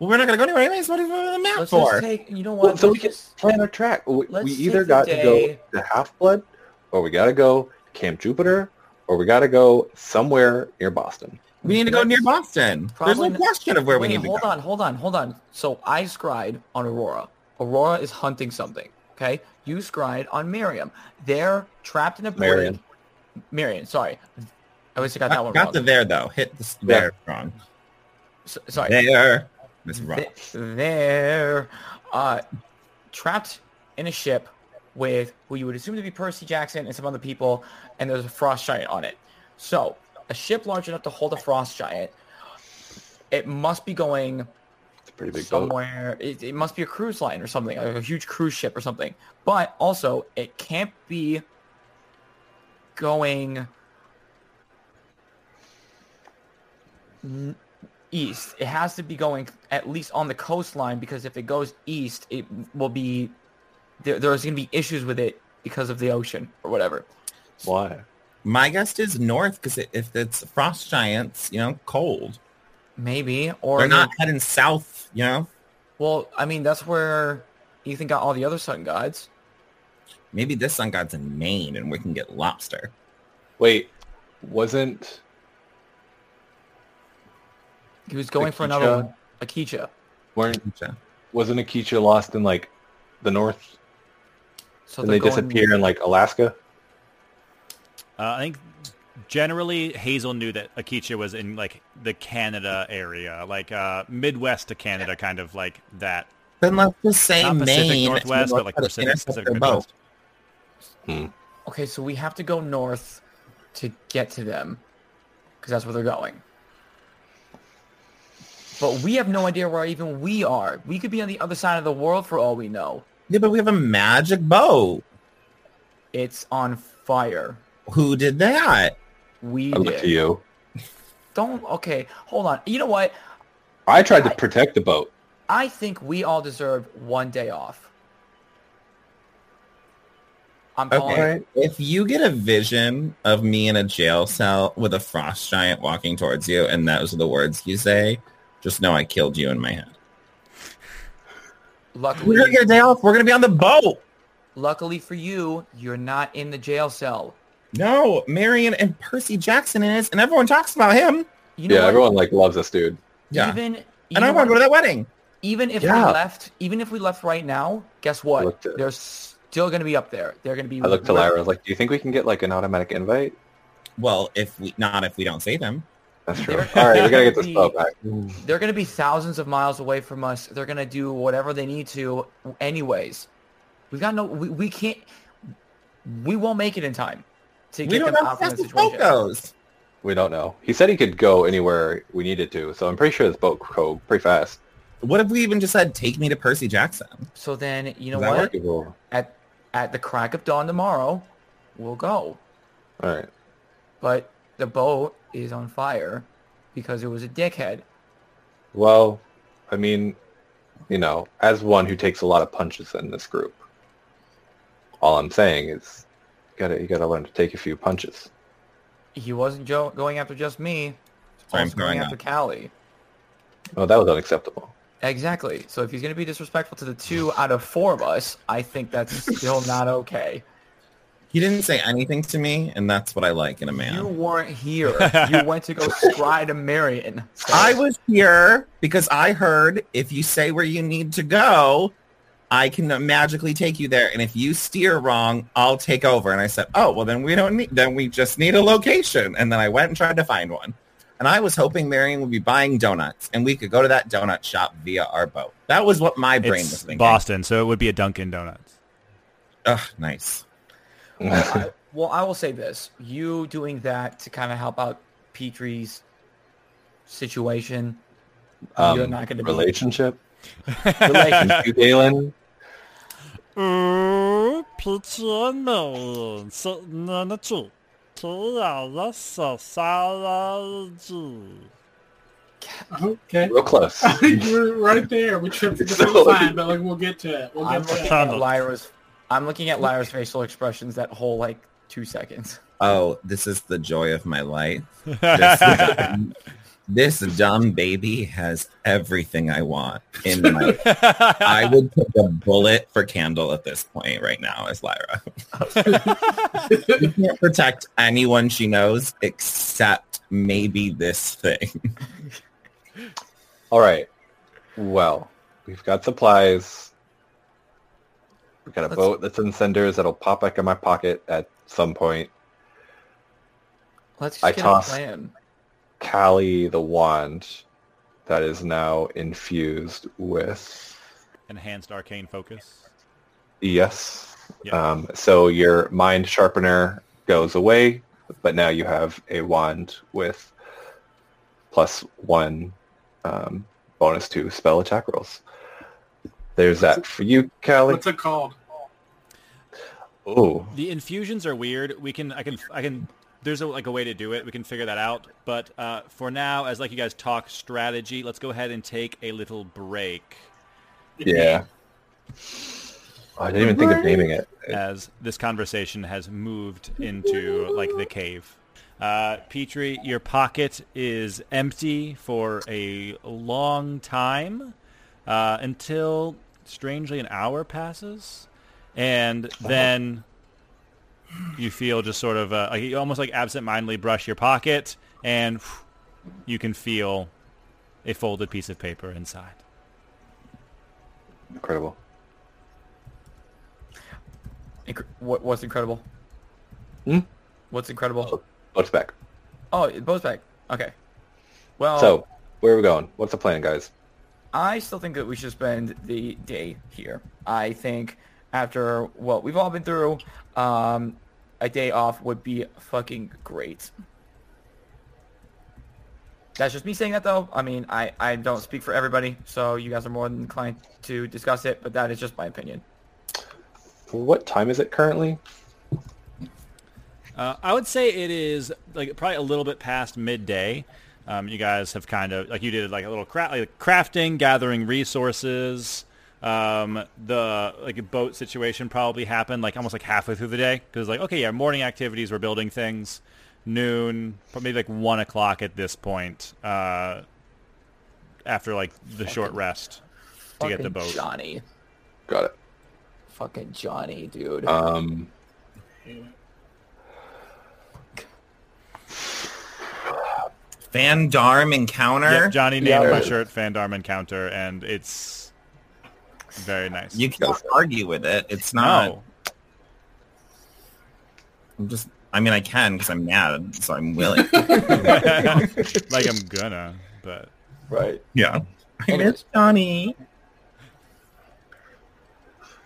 S5: Well, we're not going to go anywhere anyways. What is the map
S3: Let's
S5: for?
S3: just take. You know what?
S1: Well, so we
S3: Let's
S1: can
S3: just-
S1: plan our track. We,
S3: Let's
S1: we
S3: take
S1: either
S3: the
S1: got to
S3: day.
S1: go to Half Blood, or we gotta go Camp Jupiter, or we gotta go somewhere near Boston.
S5: we need to go near Boston.
S3: Probably
S5: There's
S3: not-
S5: no question of where
S3: Wait,
S5: we need to
S3: hold
S5: go.
S3: on, hold on, hold on. So I scried on Aurora. Aurora is hunting something. Okay, you scried on Miriam. They're trapped in a brig.
S1: Marion.
S3: Marion, sorry, I always got
S5: I
S3: that one
S5: got
S3: wrong.
S5: the there though. Hit the s-
S1: Yeah.
S5: there wrong.
S3: S- sorry,
S5: There. That's wrong.
S3: Th- They're uh, trapped in a ship with who you would assume to be Percy Jackson and some other people, and there's a frost giant on it. So a ship large enough to hold a frost giant. It must be going
S1: It's a pretty big boat.
S3: somewhere. It, it must be a cruise line or something, like a huge cruise ship or something. But also, it can't be going n- east. It has to be going at least on the coastline because if it goes east, it will be there, there's going to be issues with it because of the ocean or whatever.
S1: Why?
S5: My guess is north because if it's frost giants, you know, cold.
S3: Maybe or
S5: They're not heading south. You know,
S3: Well, I mean that's where Ethan got all the other sun gods.
S5: maybe this sun god's in Maine and we can get lobster.
S1: Wait, wasn't
S3: He was going for another
S1: Akicha.
S3: one, Akicha.
S1: weren't wasn't Akicha lost in like the north
S3: So
S1: and
S3: they're
S1: they
S3: going-
S1: disappear in like Alaska?
S4: Uh, I think generally Hazel knew that Akicha was in like the Canada area, like uh, Midwest to Canada, kind of like that.
S5: Then let's just say
S4: Not Pacific
S5: Maine.
S4: Northwest,
S5: and
S4: but like
S5: we'll
S4: Pacific,
S5: intercept
S4: Pacific
S5: their boat.
S4: Midwest.
S3: Okay, so we have to go north to get to them because that's where they're going. But we have no idea where even we are. We could be on the other side of the world for all we know.
S5: Yeah, but we have a magic boat.
S3: It's on fire.
S5: Who did that?
S3: We
S1: I look
S3: did.
S1: to you.
S3: Don't. Okay, hold on. You know what?
S1: I tried to protect the boat.
S3: I think we all deserve one day off. I'm calling.
S5: Okay. If you get a vision of me in a jail cell with a frost giant walking towards you, and those are the words you say, just know I killed you in my head. We're gonna
S3: Luckily,
S5: get a day off. We're gonna be on the boat.
S3: luckily for you, you're not in the jail cell.
S5: No, Marion and Percy Jackson is, and everyone talks about him.
S3: You know
S1: yeah,
S3: what?
S1: everyone like loves this dude.
S5: Yeah,
S3: Even,
S5: and I
S3: even
S5: want to go to that wedding.
S3: Even if
S1: Yeah.
S3: we left, even if we left right now, guess
S1: I
S3: what?
S1: looked at-
S3: They're still going to be up there. They're going to be.
S1: I looked to Lyra. I was like, "Do you think we can get like an automatic invite?"
S5: Well, if we not if we don't save him.
S1: That's true.
S3: They're-
S1: All right, we gotta get this
S3: the-
S1: spell back.
S3: They're going to be thousands of miles away from us. They're going to do whatever they need to, anyways. We've got no. We, we can't. We won't make it in time to
S5: We
S3: get
S5: don't
S3: them
S5: know how
S3: out from
S5: fast
S3: the
S5: the boat
S3: situation.
S5: goes.
S1: We don't know. He said he could go anywhere we needed to, so I'm pretty sure this boat could go pretty fast.
S5: What if we even just said, take me to Percy Jackson?
S3: So then, you know
S5: Does that
S3: what?
S5: work?
S1: All
S3: At at the crack of dawn tomorrow, we'll go.
S1: right.
S3: But the boat is on fire because it was a dickhead.
S1: Well, I mean, you know, as one who takes a lot of punches in this group, all I'm saying is, you gotta you gotta learn to take a few punches.
S3: He wasn't jo- going after just me. He's
S5: Sorry, I'm
S3: also going
S5: throwing
S3: after Callie.
S1: Oh, that was unacceptable.
S3: Exactly. So if he's going to be disrespectful to the two out of four of us, I think that's still not okay.
S5: He didn't say anything to me, and that's what I like in a
S3: You
S5: man.
S3: weren't here. You went to go scry to Marion.
S5: I was here because I heard if you say where you need to go, I can magically take you there. And if you steer wrong, I'll take over. And I said, oh, well, then we don't need, then we just need a location. And then I went and tried to find one. And I was hoping Marion would be buying donuts and we could go to that donut shop via our boat. That was what my brain was
S4: It's
S5: thinking.
S4: Boston, so it would be a Dunkin' Donuts.
S5: Ugh, nice.
S3: I- well, I will say this: you doing that to kind of help out Petrie's situation.
S1: Um,
S3: You're not going to be
S1: relationship.
S3: relationship.
S1: Thank you, Galen.
S8: Ooh, Peachy and Marion sitting in a tree. Two hours sociology.
S2: uh-huh, Okay.
S1: Real close.
S2: We're right there. We tripped the whole time, but like we'll get to it. We'll
S3: I'm
S2: get to
S3: looking
S2: it.
S3: at Lyra's. I'm looking at Lyra's facial expressions that whole like two seconds.
S5: Oh, this is the joy of my life. This dumb, this dumb baby has everything I want in my. I would put a bullet for Candle at this point right now as Lyra. you can't protect anyone she knows except maybe this thing.
S1: All right. Well, we've got supplies. We've got a
S3: Let's-
S1: boat that's in cinders that'll pop back in my pocket at some point.
S3: Let's just
S1: I
S3: get
S1: tossed-
S3: a plan.
S1: Kali the wand that is now infused with
S4: Enhanced arcane focus.
S1: yes.
S4: Yeah.
S1: Um, so your mind sharpener goes away, but now you have a wand with plus one um, bonus to spell attack rolls. There's that for you, Callie.
S2: What's it called?
S1: Oh,
S4: The infusions are weird. We can, I can, I can. There's a, like a way to do it. We can figure that out. But uh, for now, as like you guys talk strategy, let's go ahead and take a little break.
S1: yeah. I didn't even think of naming it.
S4: as this conversation has moved into like the cave. Uh, Petrie, your pocket is empty for a long time uh, until, strangely, an hour passes, and then you feel just sort of uh, like you almost like absentmindedly brush your pocket, and you can feel a folded piece of paper inside.
S1: Incredible.
S3: Inc- what, what's incredible?
S1: Hmm?
S3: What's incredible?
S1: What's back?
S3: Oh, it bows back. Okay. Well,
S1: So, where are we going? What's the plan, guys?
S3: I still think that we should spend the day here. I think after what we've all been through, um, a day off would be fucking great. That's just me saying that though. I mean, I, I don't speak for everybody, so you guys are more than inclined to discuss it, but that is just my opinion.
S1: What time is it currently?
S4: Uh, I would say it is like probably a little bit past midday. Um, you guys have kind of like you did like a little cra- like crafting, gathering resources. Um, the like boat situation probably happened like almost like halfway through the day because like okay yeah morning activities we're building things noon but maybe like one o'clock at this point uh, after like the short rest to get the
S3: Fucking
S4: boat.
S3: Johnny.
S1: Got it.
S3: Fucking Johnny, dude.
S1: Um,
S5: Van Darm encounter.
S4: Yep, Johnny named
S1: Yeah.
S4: my shirt Fandarm Encounter, and it's very nice. Oh.
S5: You can't argue with it. It's not.
S4: no,
S5: I'm just. I mean, I can because I'm mad, so I'm willing.
S4: like I'm gonna, but
S1: Right.
S5: yeah. I
S3: Anyways.
S5: miss Johnny.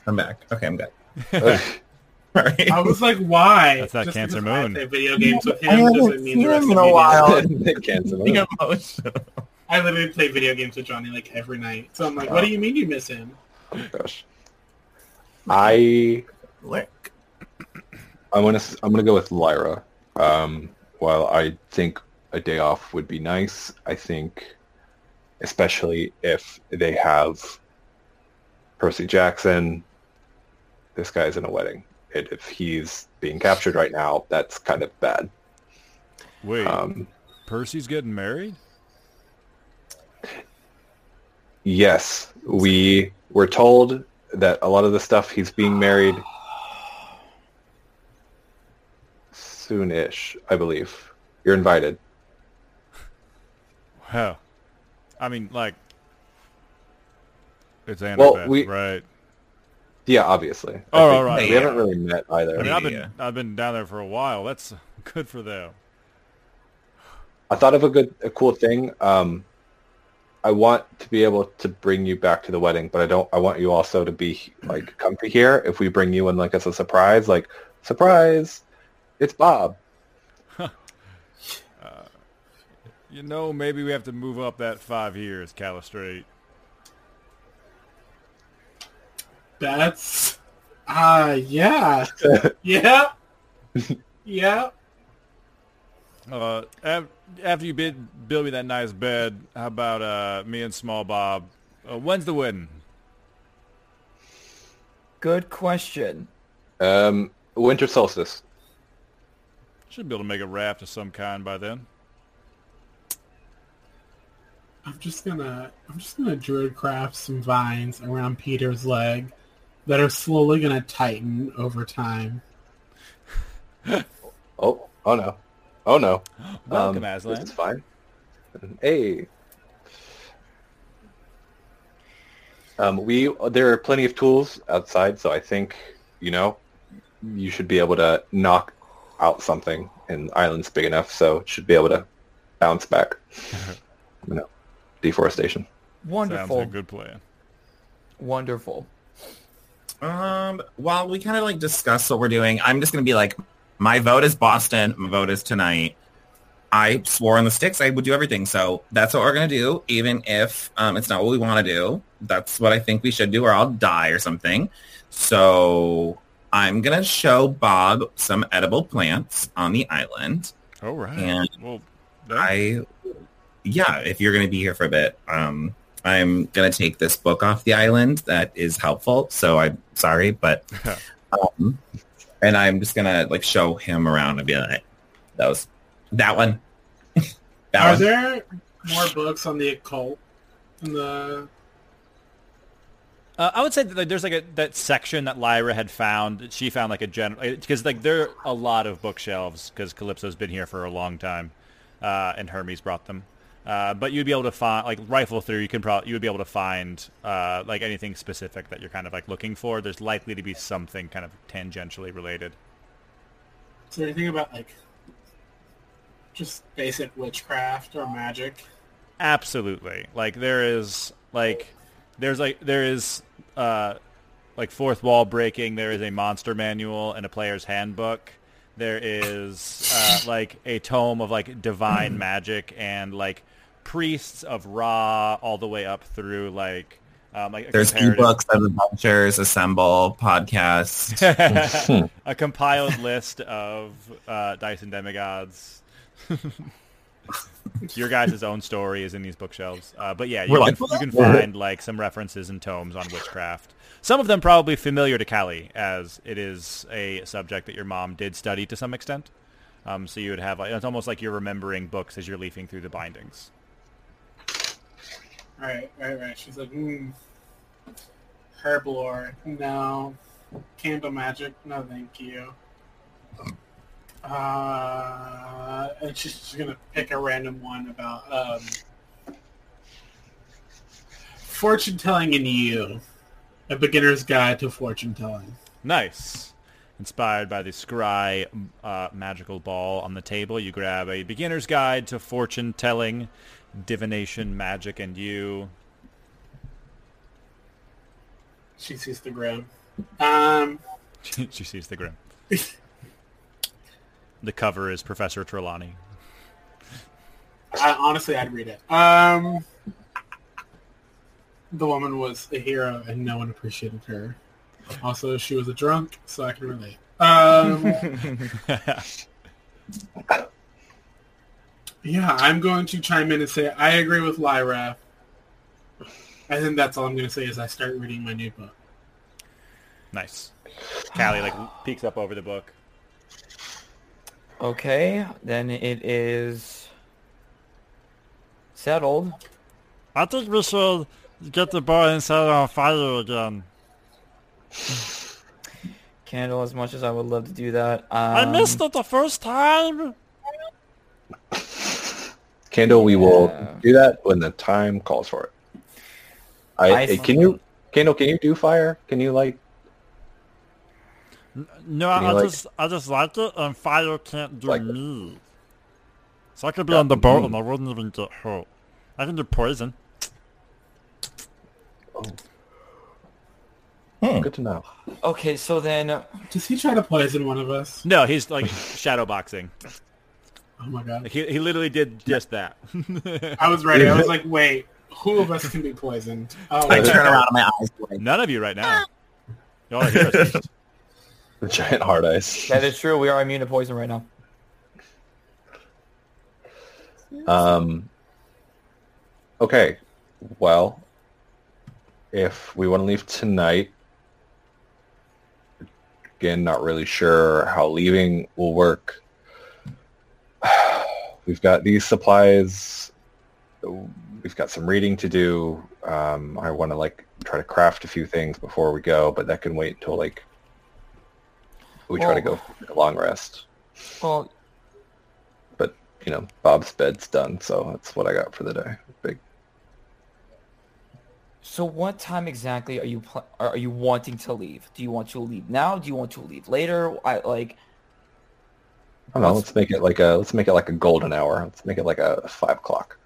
S5: I'm back. Okay, I'm good.
S1: Oh,
S5: All right.
S2: I was like, why?
S4: That's that
S2: Just
S4: Cancer
S2: because I
S4: Moon.
S2: play Video games with
S5: I
S2: him
S5: haven't
S2: doesn't mean
S5: seen
S2: the rest of
S5: him in
S2: me
S5: a
S2: do.
S5: while.
S1: Cancel
S5: Being
S1: it.
S5: emotional.
S2: I literally play video games with Johnny like every night. So I'm like, what do you mean you miss him?
S1: Gosh. I
S5: Look.
S1: I'm gonna s- I'm gonna go with Lyra. Um, while I think a day off would be nice, I think, especially if they have Percy Jackson. This guy's in a wedding, and if he's being captured right now, that's kind of bad.
S4: wait,
S1: Um,
S4: Percy's getting married.
S1: yes, we were told that a lot of the stuff he's being married soonish, I believe. You're invited.
S4: Wow. I mean, like it's Annabeth,
S1: Well, we-
S4: right?
S1: Yeah, obviously. I
S4: Oh,
S1: think-
S4: all right.
S1: We
S5: Yeah.
S1: haven't really met either.
S4: I
S1: I,
S4: mean, I've been
S5: Yeah.
S4: I've been down there for a while. That's good for them.
S1: thought of a good, a cool thing. Um, I want to be able to bring you back to the wedding, but I don't. I want you also to be like comfy here. If we bring you in, like as a surprise, like surprise, it's Bob.
S4: You know, maybe we have to move up that five years, Calistrate.
S2: That's ah yeah. yeah. Yeah.
S4: Uh, af- after you bid build me that nice bed, how about uh me and Small Bob? Uh, when's the wedding?
S3: Good question.
S1: Um, winter solstice.
S4: Should be able to make a raft of some kind by then.
S2: I'm just gonna I'm just gonna druid craft some vines around Peter's leg that are slowly gonna tighten over time.
S1: Oh, oh no, oh no.
S4: Welcome,
S1: um,
S4: Aslan.
S1: This is fine. Hey. Um, we there are plenty of tools outside, so I think you know you should be able to knock out something. And the island's big enough, so it should be able to bounce back. you know, deforestation.
S4: Sounds
S3: Wonderful.
S4: like a good plan.
S3: Wonderful.
S5: Um, while we kind of like discuss what we're doing, I'm just gonna be like, my vote is Boston. My vote is tonight. I swore on the sticks I would do everything, so that's what we're gonna do. Even if um, it's not what we want to do, that's what I think we should do, or I'll die or something. So I'm gonna show Bob some edible plants on the island,
S4: All right.
S5: and
S4: Well,
S5: I, yeah, if you're going to be here for a bit, um, I'm going to take this book off the island. That is helpful. So I'm sorry, but, um, and I'm just going to like show him around and be like, that was that one. that
S2: Are
S5: one.
S2: there more books on the occult in the
S4: Uh, I would say that like, there's like a that section that Lyra had found. that She found like a general because like there are a lot of bookshelves because Calypso's been here for a long time, uh, and Hermes brought them. Uh, but you'd be able to find like rifle through. You can probably you would be able to find uh, like anything specific that you're kind of like looking for. There's likely to be something kind of tangentially related.
S2: is there anything about like just basic witchcraft or magic?
S4: absolutely like there is like there's like there is uh like fourth wall breaking there is a monster manual and a player's handbook there is uh like a tome of like divine magic and like priests of ra all the way up through like um like a
S5: There's
S4: comparative-
S5: ebooks of adventures, assemble, podcast.
S4: a compiled list of uh dice and demigods your guys' own story is in these bookshelves. Uh, but yeah, you
S5: We're
S4: can,
S5: like,
S4: you can find like some references and tomes on witchcraft. Some of them probably familiar to Callie, as it is a subject that your mom did study to some extent. Um, so you would have like, it's almost like you're remembering books as you're leafing through the bindings.
S2: Right, right, right. She's like, mm, herblore, no. Candle magic, no thank you. Uh, and she's just gonna pick a random one about um, fortune telling in you, a beginner's guide to fortune telling.
S4: Nice. Inspired by the scry uh, magical ball on the table, you grab a beginner's guide to fortune telling, divination, magic, and you.
S2: She sees the grim. Um,
S4: she sees the grim. the cover is Professor Trelawney.
S2: I, honestly, I'd read it. Um, the woman was a hero, and no one appreciated her. Also, she was a drunk, so I can relate. Um, yeah, I'm going to chime in and say I agree with Lyra. I think that's all I'm going to say is I start reading my new book.
S4: Nice. Callie like peeks up over the book.
S3: Okay, then it is settled.
S9: I think we should get the bar and set it on fire again.
S3: Candle, as much as I would love to do that. Um,
S9: I missed it the first time.
S1: Candle, we
S3: Yeah.
S1: will do that when the time calls for it. I,
S3: I
S1: eh, can you, Candle? Can you do fire? Can you like?
S9: No,
S1: Can you
S9: I
S1: like-
S9: just I just like it, and fire can't do
S1: Like-
S9: me. So I could be on the boat,
S3: Mm.
S9: and I wouldn't even get hurt. I can do poison.
S1: Good to know.
S3: Okay, so then
S2: Does he try to poison one of us?
S4: No, he's like shadowboxing.
S2: Oh my god!
S4: Like, he he literally did just that.
S2: I was ready. I was like, wait, who of us can be poisoned? Oh,
S5: I turn around and my eyes blink.
S4: None of you right now. Y'all are heroes.
S1: The giant hard eyes.
S3: that is true. We are immune to poison right now.
S1: Um. Okay. Well, if we want to leave tonight, again, not really sure how leaving will work. We've got these supplies. We've got some reading to do. Um, I want to like try to craft a few things before we go, but that can wait until like we try to go
S3: Well-
S1: for a long rest.
S3: Well,
S1: But you know, Bob's bed's done, so that's what I got for the day. Big
S3: so what time exactly are you pl- are are you wanting to leave? Do you want to leave now? Do you want to leave later? I like
S1: I don't know. Let's make it like a let's make it like a golden hour. Let's make it like a five o'clock.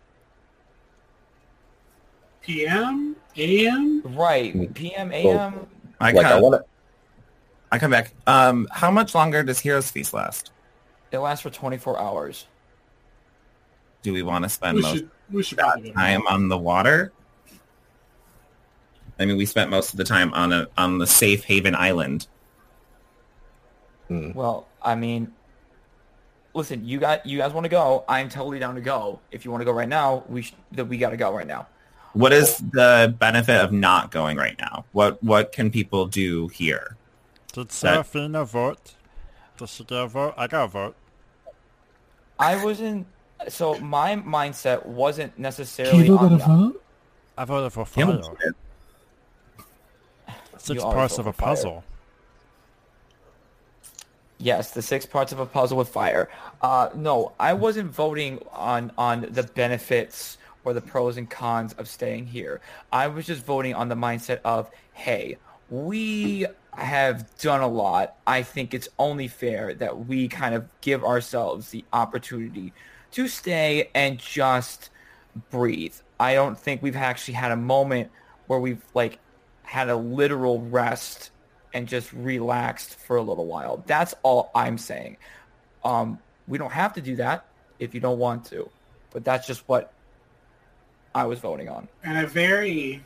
S2: PM, AM.
S3: right p.m. a.m.
S5: I
S1: like I
S5: come,
S1: want to
S5: I come back. Um, how much longer does Heroes Feast last?
S3: It lasts for 24 hours.
S5: Do we want to spend
S2: We
S5: most
S2: should. We should probably go.
S5: time on the water? I mean, we spent most of the time on a on the safe haven island.
S3: Well, I mean, listen, you got you guys want to go? I'm totally down to go. If you want to go right now, we sh- that we gotta go right now.
S5: What is the benefit of not going right now? What what can people do here?
S9: Did Seraphina vote? Did she get a vote? I got a vote.
S3: I wasn't. So my mindset wasn't necessarily. on the-
S9: I voted for fire.
S5: Campbell's
S9: Six
S3: You always
S9: parts
S3: vote
S9: of a
S3: for fire.
S9: puzzle.
S3: Yes, the six parts of a puzzle with fire. Uh, no, I wasn't voting on on the benefits or the pros and cons of staying here. I was just voting on the mindset of, hey, we have done a lot. I think it's only fair that we kind of give ourselves the opportunity to stay and just breathe. I don't think we've actually had a moment where we've like had a literal rest and just relaxed for a little while. That's all I'm saying. Um, we don't have to do that if you don't want to, but that's just what I was voting on.
S2: in a very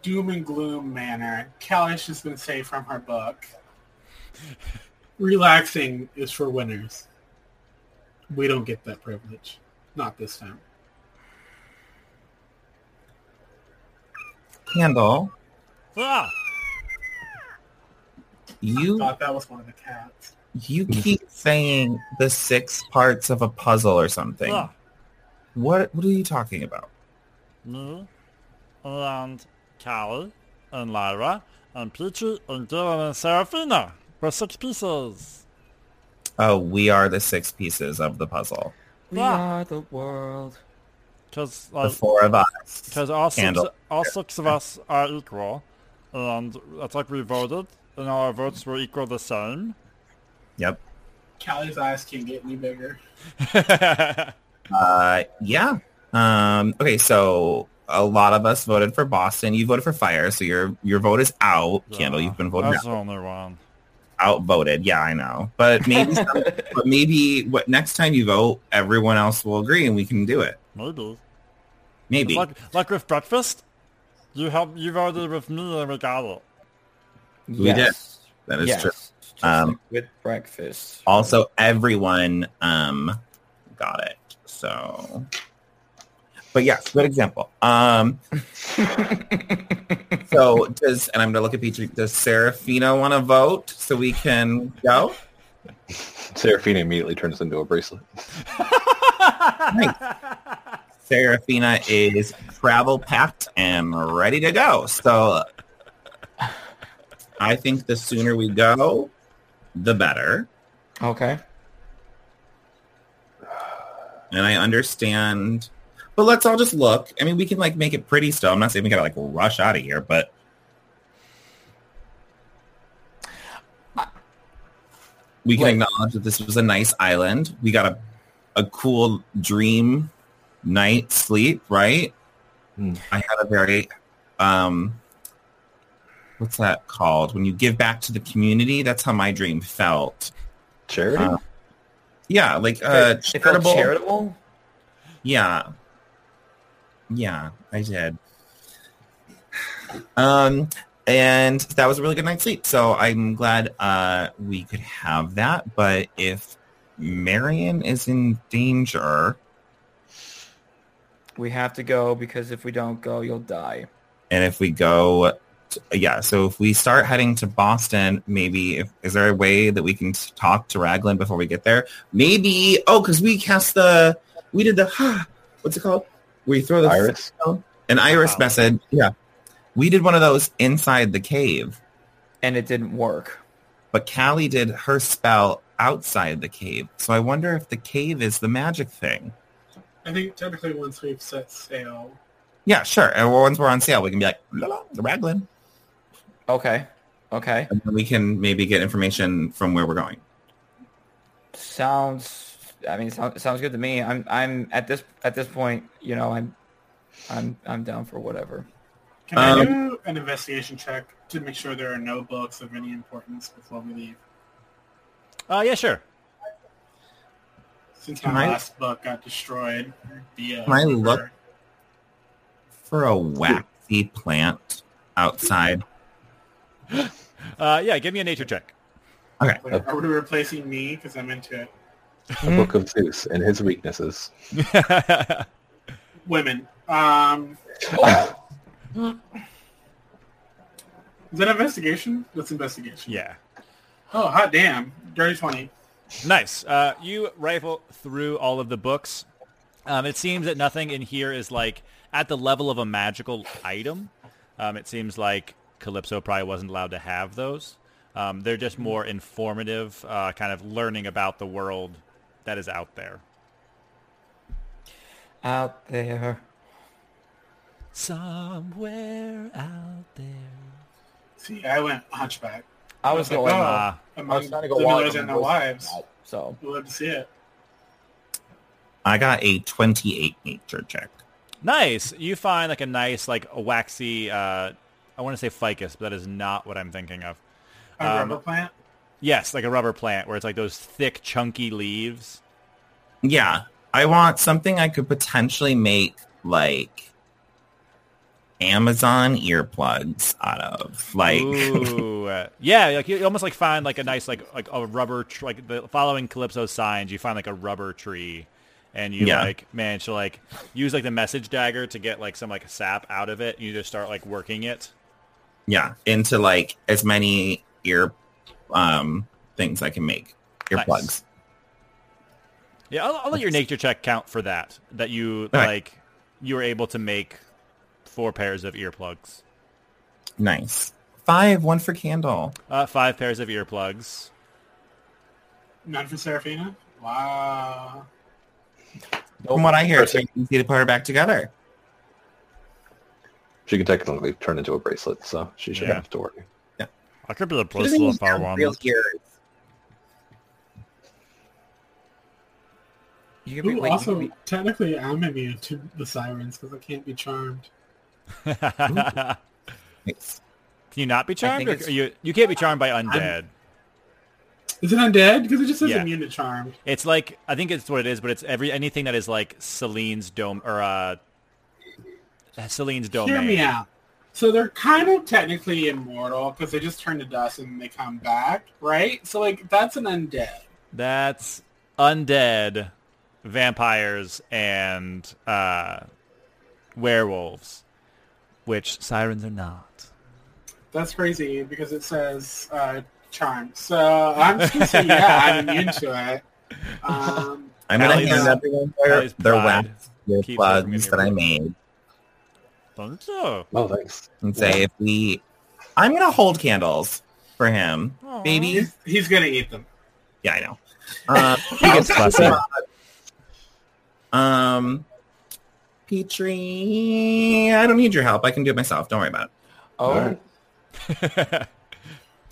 S2: doom and gloom manner, Kalish has been saved from her book. Relaxing is for winners. We don't get that privilege. Not this time.
S5: Candle,
S9: Ah,
S5: you
S2: Thought that was one of the cats.
S5: you keep saying the six parts of a puzzle or something.
S9: ah,
S5: What what are you talking about?
S9: me, and Callie, and Lyra, and Peachy, and Dylan, and Seraphina. We're six pieces.
S5: Oh, we are the six pieces of the puzzle.
S7: We are the world.
S9: Because
S5: The four of us.
S9: Because all six,
S5: Candle.
S9: all six of us are equal, and it's like we voted, and our votes were equal the same.
S5: Yep.
S2: Callie's eyes can't get any bigger.
S5: Uh, yeah. Um, okay, so a lot of us voted for Boston. You voted for Fire, so your your vote is out. Candle, you've been voted
S9: That's
S5: out,
S9: the only one.
S5: outvoted. Yeah, I know. But maybe, some, but maybe what next time you vote, everyone else will agree, and we can do it.
S9: Maybe. It's
S5: Maybe.
S9: like like with breakfast, you help you voted with me and we got it.
S5: We did. That is
S3: yes.
S5: true.
S3: Just
S5: Um,
S3: like with breakfast.
S5: Also, everyone um got it. So, but yeah, good example. Um, so does and I'm gonna look at Petrie. Does Serafina want to vote so we can go?
S1: Seraphina immediately turns into a bracelet.
S5: Serafina is travel packed and ready to go. So, I think the sooner we go, the better.
S3: Okay.
S5: and I understand. But let's all just look. I mean, we can like make it pretty still. I'm not saying we gotta like rush out of here, but we can
S3: Wait.
S5: acknowledge that this was a nice island. We got a a cool dream night sleep, right?
S1: Hmm.
S5: I had a very um what's that called? When you give back to the community, that's how my dream felt.
S1: Charity?
S5: Uh, Yeah, like uh
S3: It felt
S5: charitable-
S3: charitable.
S5: yeah. Yeah, I did. Um, and that was a really good night's sleep. So I'm glad uh, we could have that. But if Marion is in danger,
S3: We have to go because if we don't go, you'll die.
S5: and if we go, t yeah. So if we start heading to Boston, maybe if, is there a way that we can s- talk to Raglan before we get there? Maybe. Oh, because we cast the we did the what's it called? Where you throw the
S1: Iris?
S5: An iris message. Yeah. We did one of those inside the cave,
S3: And it didn't work.
S5: but Callie did her spell outside the cave. So I wonder if the cave is the magic thing.
S2: I think technically once we've set sail,
S5: Yeah, sure. And once we're on sale, we can be like, la, la, the Raglan.
S3: Okay. Okay.
S5: And then we can maybe get information from where we're going.
S3: Sounds. I mean, sounds sounds good to me. I'm. I'm at this at this point. You know, I'm. I'm. I'm down for whatever.
S2: can I do an investigation check to make sure there are no books of any importance before we leave?
S4: Uh, yeah, sure.
S2: Since my
S5: Can I-
S2: last book got destroyed via
S5: Can I
S2: river.
S5: look? For a waxy plant outside.
S4: Uh, yeah, give me a nature check.
S5: Okay.
S2: Like, are we replacing me because I'm into it?
S1: A book of Zeus and his weaknesses.
S2: Women. Um, is that investigation? That's investigation.
S4: yeah.
S2: Oh, hot damn. Dirty 20.
S4: Nice. Uh, you rifle through all of the books. Um, it seems that nothing in here is like at the level of a magical item. Um, it seems like Calypso probably wasn't allowed to have those. Um, they're just more informative, uh, kind of learning about the world that is out there.
S3: Out there.
S4: Somewhere out there.
S2: See, I went hunchback.
S3: I was
S2: like,
S3: going.
S2: oh,
S4: uh,
S3: I
S2: among
S3: was trying to
S2: the
S3: go wild.
S2: millers and their wives.
S3: So
S2: We'll have to see it.
S5: I got a 28 nature check.
S4: Nice. You find like a nice, like a waxy. Uh, I want to say ficus, but that is not what I'm thinking of.
S2: A
S4: Um,
S2: rubber plant?
S4: Yes, like a rubber plant where it's like those thick, chunky leaves.
S5: Yeah, I want something I could potentially make like Amazon earplugs out of. Like,
S4: Ooh, uh, yeah, like you almost like find like a nice like like a rubber tr- like the following Calypso signs, you find like a rubber tree, and you
S5: Yeah.
S4: like manage to like use like the message dagger to get like some like sap out of it. And you just start like working it.
S5: yeah, into like as many ear um things I can make
S4: Nice.
S5: earplugs.
S4: Yeah, I'll, I'll let your nature check count for that. That you
S5: All right.
S4: like you were able to make four pairs of earplugs,
S5: Nice. Five, one for candle.
S4: uh, five pairs of earplugs.
S2: None for Serafina? Wow.
S5: From what I hear, it's very easy to put her back together.
S1: She can technically turn into a bracelet, so she shouldn't
S9: Yeah.
S1: have to worry.
S9: I could be a
S5: She doesn't
S9: bristle if
S5: even
S9: I
S5: have
S9: wanted.
S5: real ears.
S7: You can be,
S2: Ooh,
S7: wait,
S2: also,
S7: you can
S2: technically, I'm immune to the sirens because I can't be charmed.
S4: Can
S5: It's-
S4: you not be charmed?
S3: think
S4: Or
S3: it's-
S4: are you you can't be charmed by undead.
S2: Is it undead? Because it just says
S4: Yeah.
S2: immune to charmed.
S4: It's like I think it's what it is, but it's every anything that is like Celine's dome or uh Celine's domain.
S2: Hear me out. So they're kind of technically immortal because they just turn to dust and they come back, right? So like that's an undead.
S4: That's undead, vampires, and uh, werewolves, which sirens are not.
S2: That's crazy because it says uh, charmed. So I'm just gonna say yeah, I'm immune to it. Um,
S5: I'm going
S4: Allie's-
S5: to hand everyone their,
S4: Allie's
S5: their
S4: pride
S5: wax
S4: keeps her from
S5: earplugs
S4: getting
S5: that I
S4: your-
S5: made
S9: Thank you.
S1: Oh, thanks.
S5: and say, if we... I'm going to hold candles for him. Baby.
S2: he's, he's gonna eat them.
S5: Yeah, I know. Um, he gets fussy. Um, Petrie, I don't need your help. I can do it myself. Don't worry about it.
S3: Oh,
S1: Alright.
S3: Wow,
S5: I
S3: Oh, that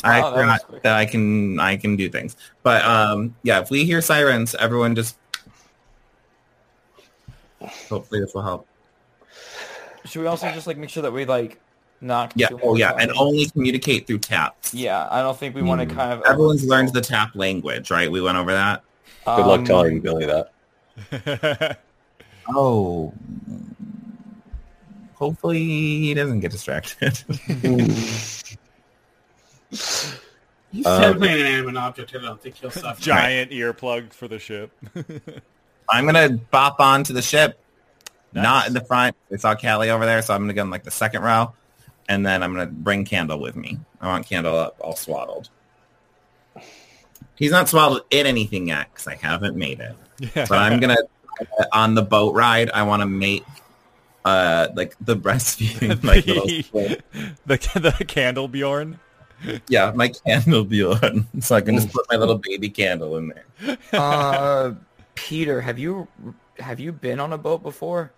S3: was
S5: forgot
S3: quick.
S5: that I can I can do things. But um, yeah, if we hear sirens, everyone just. Hopefully this will help.
S3: should we also just like make sure that we like not?
S5: Yeah.
S3: too
S5: Oh
S3: much
S5: yeah,
S3: on
S5: and
S3: it?
S5: only communicate through taps.
S3: yeah. I don't think we want to
S1: Hmm.
S3: kind of.
S5: Everyone's learned the tap language, right? We went over that.
S3: um,
S1: Good luck telling Billy that.
S5: Oh. Hopefully he doesn't get distracted.
S2: He's
S1: Um,
S2: definitely an inanimate object. I don't think he'll suffer.
S4: Giant earplug for the ship.
S5: I'm gonna bop onto the ship, not
S4: Nice.
S5: in the front. I saw Callie over there, so I'm gonna go in like the second row, and then I'm gonna bring Candle with me. I want Candle up, all swaddled. He's not swaddled in anything yet because I haven't made it.
S4: Yeah.
S5: But I'm gonna uh, on the boat ride. I want to make uh like the breastfeeding like little
S4: the, the the candle Bjorn.
S5: yeah my candle Bjorn, so I can just put my little baby candle in there.
S3: uh, Peter, have you have you been on a boat before?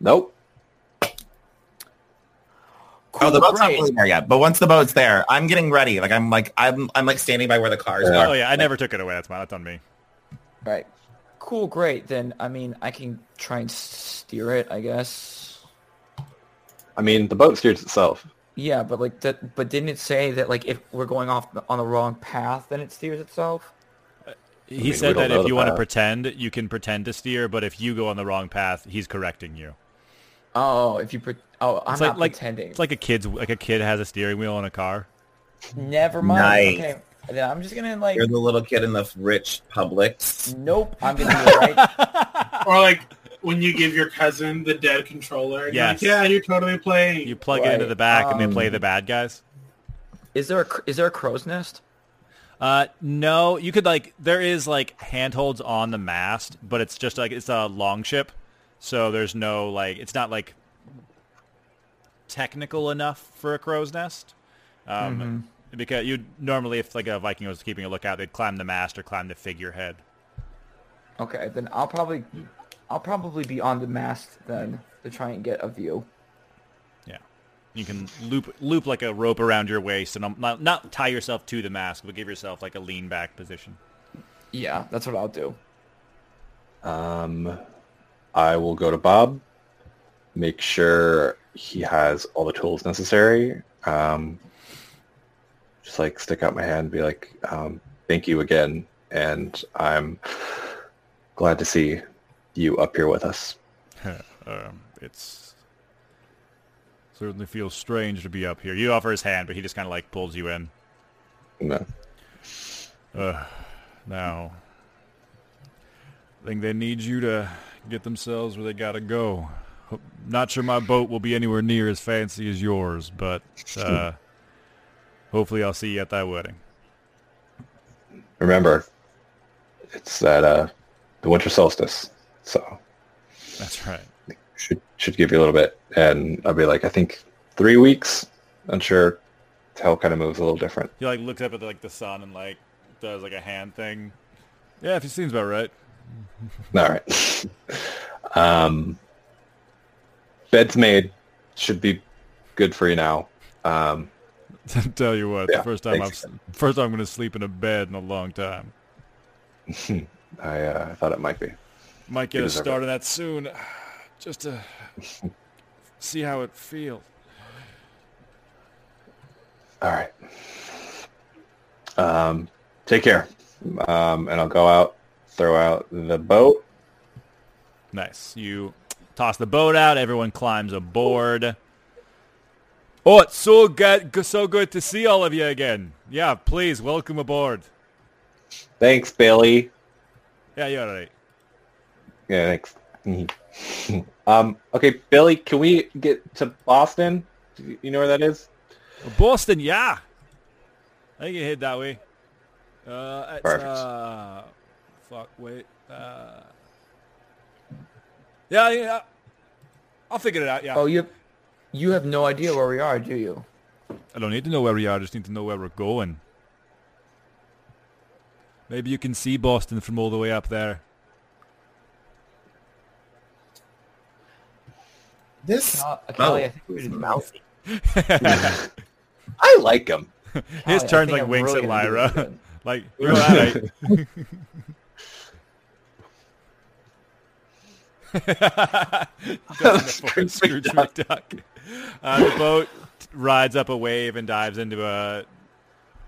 S1: Nope.
S5: Oh, the
S3: Cool,
S5: boat's not really there yet. But once the boat's there, I'm getting ready. Like I'm like I'm I'm like standing by where the cars
S1: Yeah.
S5: are.
S4: Oh yeah, I never took it away. That's mine. That's on me.
S3: Right. Cool. Great. Then I mean, I can try and steer it. I guess.
S1: I mean, the boat steers itself.
S3: Yeah, but like that. But didn't it say that like if we're going off on the wrong path, then it steers itself?
S4: He
S1: mean, we
S4: said
S1: don't
S4: that
S1: know
S4: if
S1: the
S4: you want to
S1: path.
S4: pretend, you can pretend to steer, but if you go on the wrong path, he's correcting you.
S3: Oh, if you pre- oh, I'm
S4: It's like
S3: not
S4: like
S3: pretending.
S4: it's like a kid's like a kid has a steering wheel in a car.
S3: never mind.
S5: Nice.
S3: Okay, then I'm just gonna like.
S5: You're the little kid in the rich Publix.
S3: Nope, I'm gonna do it right.
S2: Or like when you give your cousin the dead controller. And
S4: Yes.
S2: You're like, yeah, you're totally playing.
S4: You plug it into
S3: Right,
S4: the back and
S3: um,
S4: they play the bad guys.
S3: Is there a cr- is there a crow's nest?
S4: Uh, no, you could like there is like handholds on the mast, but it's just like it's a long ship, so there's no like it's not like technical enough for a crow's nest. Um,
S3: Mm-hmm.
S4: because you'd normally if like a Viking was keeping a lookout, they'd climb the mast or climb the figurehead.
S3: Okay, then I'll probably I'll probably be on the mast then to try and get a view.
S4: Yeah, you can loop loop like a rope around your waist and um, not not tie yourself to the mast, but give yourself like a lean back position.
S3: Yeah, that's what I'll do.
S1: Um, I will go to Bob, make sure he has all the tools necessary. Um, just like stick out my hand and be like, um, thank you again. And I'm glad to see you up here with us.
S4: Um, it's certainly feels strange to be up here. You offer his hand, but he just kind of like pulls you in.
S1: You know,
S4: Now, I think they need you to get themselves where they gotta go. Ho- Not sure my boat will be anywhere near as fancy as yours, but uh, hopefully I'll see you at that wedding.
S1: remember, it's at uh, the winter solstice, so
S4: That's right.
S1: should should give you a little bit. And I'll be like, I think three weeks. I'm sure. Hell kind of moves a little different.
S4: He like looks up at like the sun and like does like a hand thing. Yeah, if it seems about right.
S1: All right. um, bed's made. Should be good for you now. Um,
S4: Tell you what,
S1: Yeah,
S4: the first time I've
S1: thanks.
S4: first time I'm gonna sleep in a bed in a long time.
S1: I uh, thought it might be.
S4: Might get
S1: You
S4: a
S1: deserve
S4: start on that soon, just to see how it feels.
S1: All right. Um, take care. Um, and I'll go out, throw out the boat.
S4: Nice. You toss the boat out. Everyone climbs aboard. Oh, it's so good, so good to see all of you again. Yeah, please welcome aboard.
S1: Thanks, Billy.
S4: Yeah, you're all right.
S1: Yeah, thanks. um, okay, Billy, can we get to Boston? Do you- You know where that is?
S4: Boston, yeah. I think you hit that way. Uh, it's,
S1: Perfect.
S4: uh, fuck, wait. Uh, yeah, yeah. I'll figure it out, yeah.
S3: Oh, you you have no idea where we are, do you?
S4: I don't need to know where we are. I just need to know where we're going. Maybe you can see Boston from all the way up there.
S5: This
S3: Uh,
S5: boat
S3: Kelly, I think we
S5: is
S3: should-
S5: mouthy.
S1: I like him.
S3: Kelly, I
S4: His
S3: think
S4: turns like
S3: I'm
S4: winks
S3: really
S4: at
S3: gonna do
S4: Lyra.
S3: good.
S4: like, you're all right. Doesn't the fucking Scrooge McDuck. Uh, the boat rides up a wave and dives into a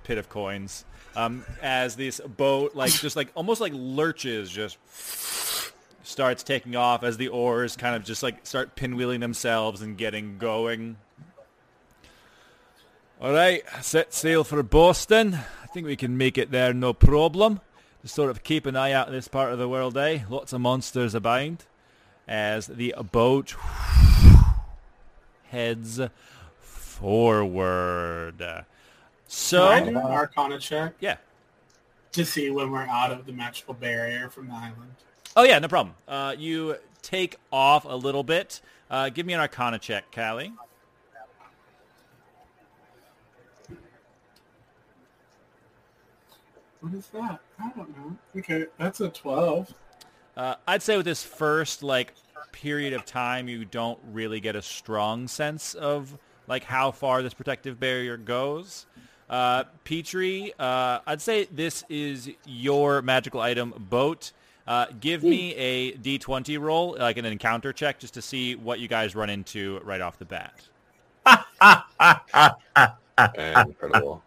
S4: pit of coins. Um, as this boat, like, just like almost like lurches, just starts taking off as the oars kind of just like start pinwheeling themselves and getting going. All right, set sail for Boston. I think we can make it there, no problem. Just sort of keep an eye out this part of the world, eh? Lots of monsters abound. As the boat heads forward.
S2: Can I do an
S4: So,
S2: Arcana check
S4: yeah.
S2: to see when we're out of the magical barrier from the island?
S4: Oh yeah, no problem. Uh, you take off a little bit. Uh, give me an Arcana check, Callie.
S2: What is that? I don't know. Okay, that's a 12.
S4: Uh, I'd say with this first like period of time, you don't really get a strong sense of like how far this protective barrier goes. Uh, Petrie, uh, I'd say this is your magical item boat. Uh, give me a d20 roll, like an encounter check, just to see what you guys run into right off the bat.
S1: Incredible.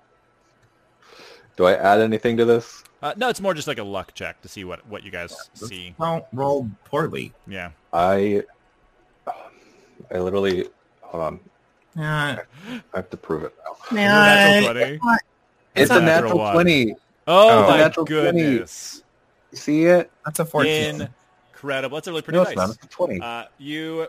S1: Do I add anything to this?
S4: Uh, no, it's more just like a luck check to see what, what you guys see.
S5: Don't roll poorly.
S4: Yeah.
S1: I, I literally, hold on.
S5: Uh,
S1: I have to prove it now.
S4: Natural 20.
S1: It's, a natural,
S4: one.
S1: 20.
S4: Oh,
S1: Oh.
S4: my
S1: Natural 20.
S4: goodness.
S1: You see it?
S5: that's a 14.
S4: Incredible. That's a really pretty
S1: No,
S4: dice.
S1: it's not. It's a 20.
S4: Uh, you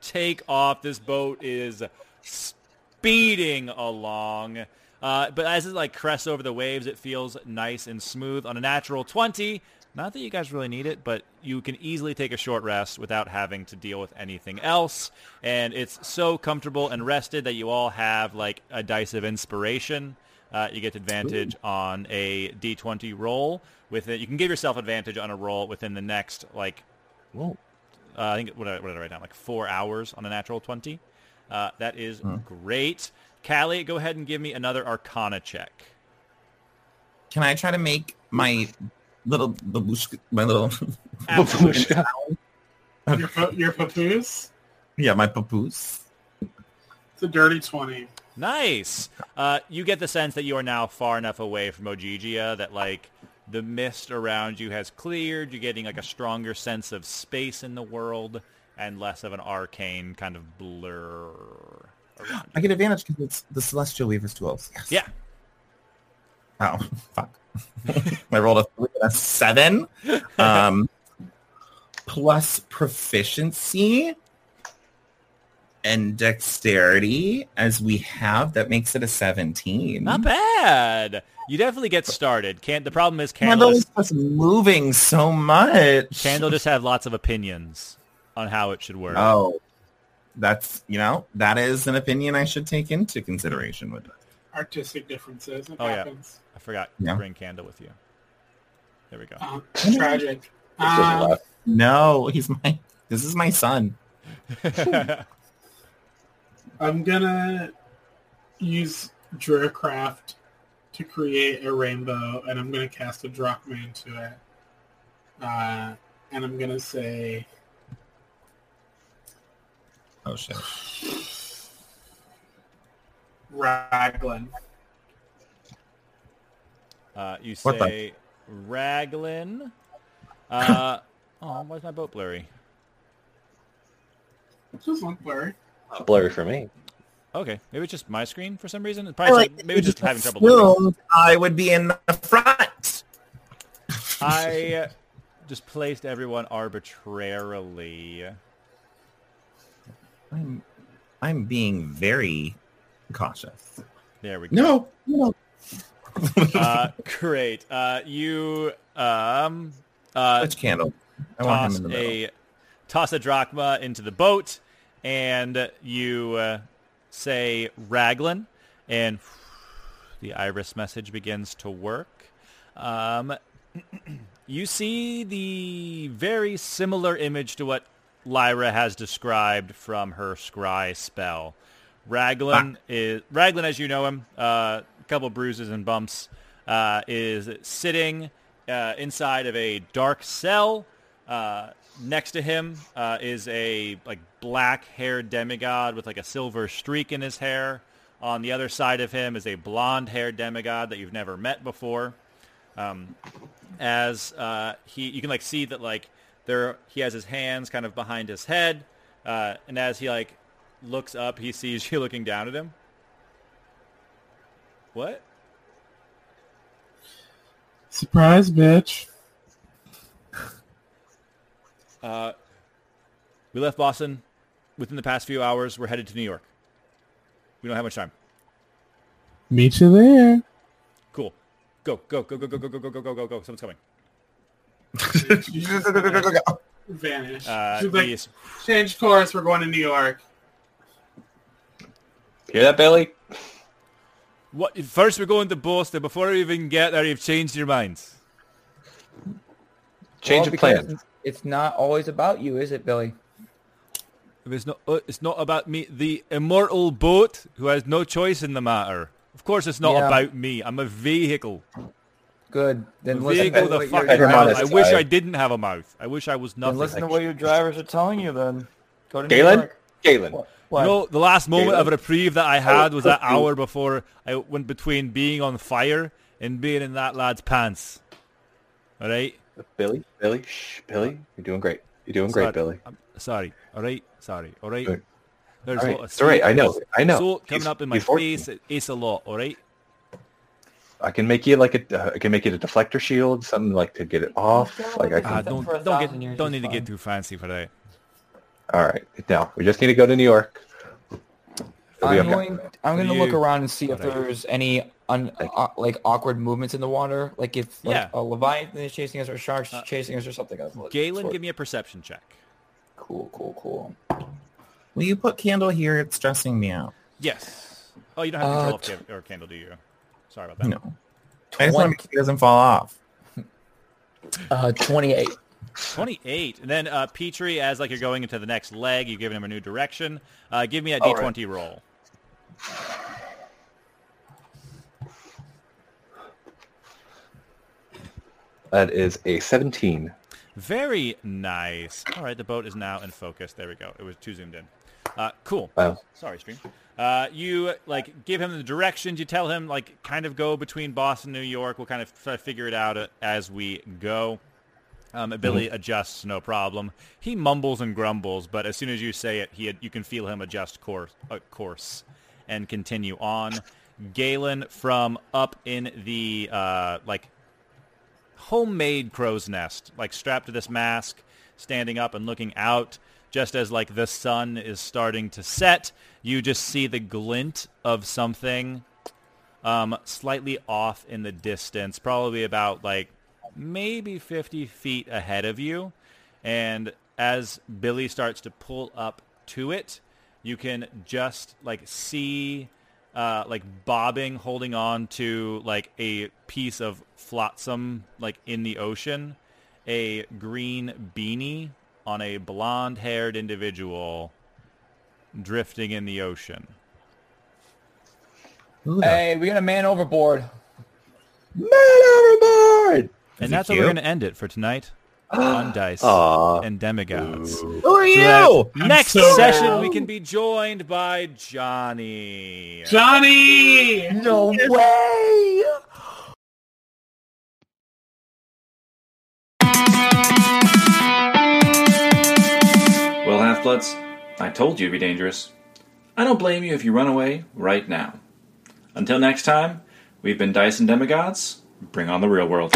S4: take off. This boat is speeding along. Uh, but as it like crests over the waves, it feels nice and smooth on a natural 20. Not that you guys really need it, but you can easily take a short rest without having to deal with anything else. And it's so comfortable and rested that you all have like a dice of inspiration. Uh, you get advantage on a d20 roll. With it, you can give yourself advantage on a roll within the next like uh, I think what did I, what did I write down? Like four hours on a natural twenty. Uh, that is great. Callie, go ahead and give me another Arcana check.
S5: Can I try to make my little babushka, my little
S4: Absolutely.
S2: Your, pa- your papoose?
S5: yeah, my papoose?
S2: It's a dirty 20.
S4: nice. Uh, you get the sense that you are now far enough away from Ogigia that like the mist around you has cleared. You're getting like a stronger sense of space in the world and less of an arcane kind of blur. around
S5: I get advantage because it's the celestial weaver's tools. Yes.
S4: you. Yeah.
S5: Oh, fuck. I rolled a, three and a seven. Um, plus proficiency and dexterity as we have. That makes it a 17.
S4: Not bad. You definitely get started. Can't the problem is
S5: Candle
S4: candles
S5: is just moving so much.
S4: Candle just have lots of opinions on how it should work.
S5: Oh, that's, you know, that is an opinion I should take into consideration with it.
S2: artistic differences. It
S4: Oh, yeah.
S2: happens.
S4: I forgot
S5: Yeah.
S4: to bring Candle with you. There we go.
S2: Uh, tragic.
S1: It's just a
S2: Um,
S1: lot.
S4: Hmm.
S5: No, he's my. This is my son.
S2: I'm gonna use Druidcraft to create a rainbow, and I'm gonna cast a Drachma into it. Uh, and I'm gonna say,
S5: Oh shit.
S2: Raglan.
S4: Uh, you
S5: What the-
S4: say Raglan. Uh, oh, why is my boat blurry?
S2: Just one blurry.
S1: Not blurry for me.
S4: Okay, maybe it's just my screen for some reason. It's Probably some- maybe it's just having trouble. loading.
S5: Assumed I would be in the front.
S4: I just placed everyone arbitrarily.
S5: I'm, I'm being very cautious.
S4: There we go.
S5: No, no.
S4: Uh, great. Uh, you um, uh,
S5: Which candle? I want
S4: toss
S5: him in the middle.
S4: a toss a drachma into the boat, and you uh, say Raglan, and the iris message begins to work. Um, you see the very similar image to what Lyra has described from her scry spell. Raglan is Raglan, as you know him, uh, a couple bruises and bumps, uh, is sitting uh, inside of a dark cell. Uh, next to him uh, is a like black-haired demigod with like a silver streak in his hair. On the other side of him is a blonde-haired demigod that you've never met before as uh, he you can like see that like there he has his hands kind of behind his head uh, and as he like looks up he sees you looking down at him what
S2: Surprise, bitch.
S4: uh, we left boston within the past few hours we're headed to new york we don't have much time
S2: Meet you there.
S4: cool go go go go go go go go go go go go someone's coming
S2: Vanish.
S4: uh,
S2: She's like,
S4: he is-
S2: change course. We're going to New York.
S1: Hear that, Billy?
S4: what first we're going to boston before we even get there you've changed your minds
S1: Change
S3: Well,
S1: of
S3: because
S1: plans.
S3: It's not always about you, is it, Billy?
S4: It's not, uh, it's not about me. The immortal boat who has no choice in the matter. Of course it's not
S3: Yeah.
S4: about me. I'm a vehicle.
S3: Good.
S4: A
S3: Then listen
S4: vehicle
S3: to
S4: the
S3: what your
S4: fuck
S1: Head him on
S4: I
S1: his
S4: wish
S1: side.
S4: I didn't have a mouth. I wish I was
S3: Then
S4: nothing.
S3: listen to what your drivers are telling you. Then go to New
S1: Galen?
S3: York.
S1: Galen.
S3: What? what?
S4: no, the last moment of
S1: Galen?
S4: reprieve
S3: Oh,
S4: that I had was that
S1: fuck you.
S4: hour before I went between being on fire and being in that lad's pants. All right?
S1: Billy? Billy? Shh, Billy? You're doing great. You're doing
S4: Sorry.
S1: great, Billy.
S4: I'm sorry. All right? Sorry. All right?
S1: Good.
S4: There's
S1: All
S4: a
S1: right.
S4: lot of
S1: It's all right. I know.
S4: salt-
S1: I know.
S4: Salt coming
S1: He's-
S4: up in my
S1: he's working.
S4: face. It's a lot. All right?
S1: I can make you like a, uh, I can make it a deflector shield, something like to get it off. Like I
S4: Ah,
S1: can.
S3: Something
S4: don't
S3: for a
S4: don't
S3: thousand
S4: get
S3: years
S4: don't
S3: is
S4: need to
S3: fine.
S4: get too fancy for that.
S1: All right. Now we just need to go to New York. It'll be
S3: I'm
S1: okay.
S3: going. I'm going to
S4: You-
S3: look around and see if
S4: Whatever.
S3: there's any un, uh, like awkward movements in the water. Like if like,
S4: Yeah.
S3: a
S4: Uh,
S3: leviathan is chasing us or sharks chasing us or something. of that
S4: Galen,
S3: sort.
S4: give me a perception check.
S3: cool, cool, cool.
S5: Will you put candle here? It's stressing me out.
S4: Yes. Oh, you don't have
S3: Uh,
S4: control of cam- or candle, do you? Sorry about that.
S5: No. I just want to make sure it doesn't fall off.
S3: Uh, twenty-eight.
S4: Twenty-eight, and then uh, Petrie, as like you're going into the next leg, you've given him a new direction. Uh, give me a
S1: All
S4: D20 roll.
S1: That is a 17.
S4: Very nice. All right, the boat is now in focus. There we go. It was too zoomed in. Uh, cool.
S1: Wow.
S4: Sorry, stream. Uh, you like give him the directions. You tell him like kind of go between Boston and New York. We'll kind of try to figure it out uh, as we go. Um, Billy adjusts, no problem. He mumbles and grumbles, but as soon as you say it, he you can feel him adjust course, uh, course, and continue on. Galen from up in the uh, like homemade crow's nest, like strapped to this mask, standing up and looking out. Just as like the sun is starting to set, you just see the glint of something um, slightly off in the distance, probably about like maybe 50 feet ahead of you. And as Billy starts to pull up to it, you can just like see uh, like bobbing, holding on to like a piece of flotsam, like in the ocean, a green beanie on a blonde-haired individual drifting in the ocean.
S3: Hey, we got a man overboard.
S1: Man overboard!
S4: And
S5: Is
S4: that's
S5: it
S4: where we're
S5: cute?
S4: going to end it for tonight on Dice
S1: Aw.
S4: and Demigods.
S5: Who are
S4: So
S5: you?
S4: that Oh, next
S2: so
S4: session,
S2: down.
S4: we can be joined by Johnny.
S2: Johnny!
S3: No way!
S10: Well, Half-Bloods, I told you it'd be dangerous. I don't blame you if you run away right now. Until next time, we've been Dice and Demigods. Bring on the real world.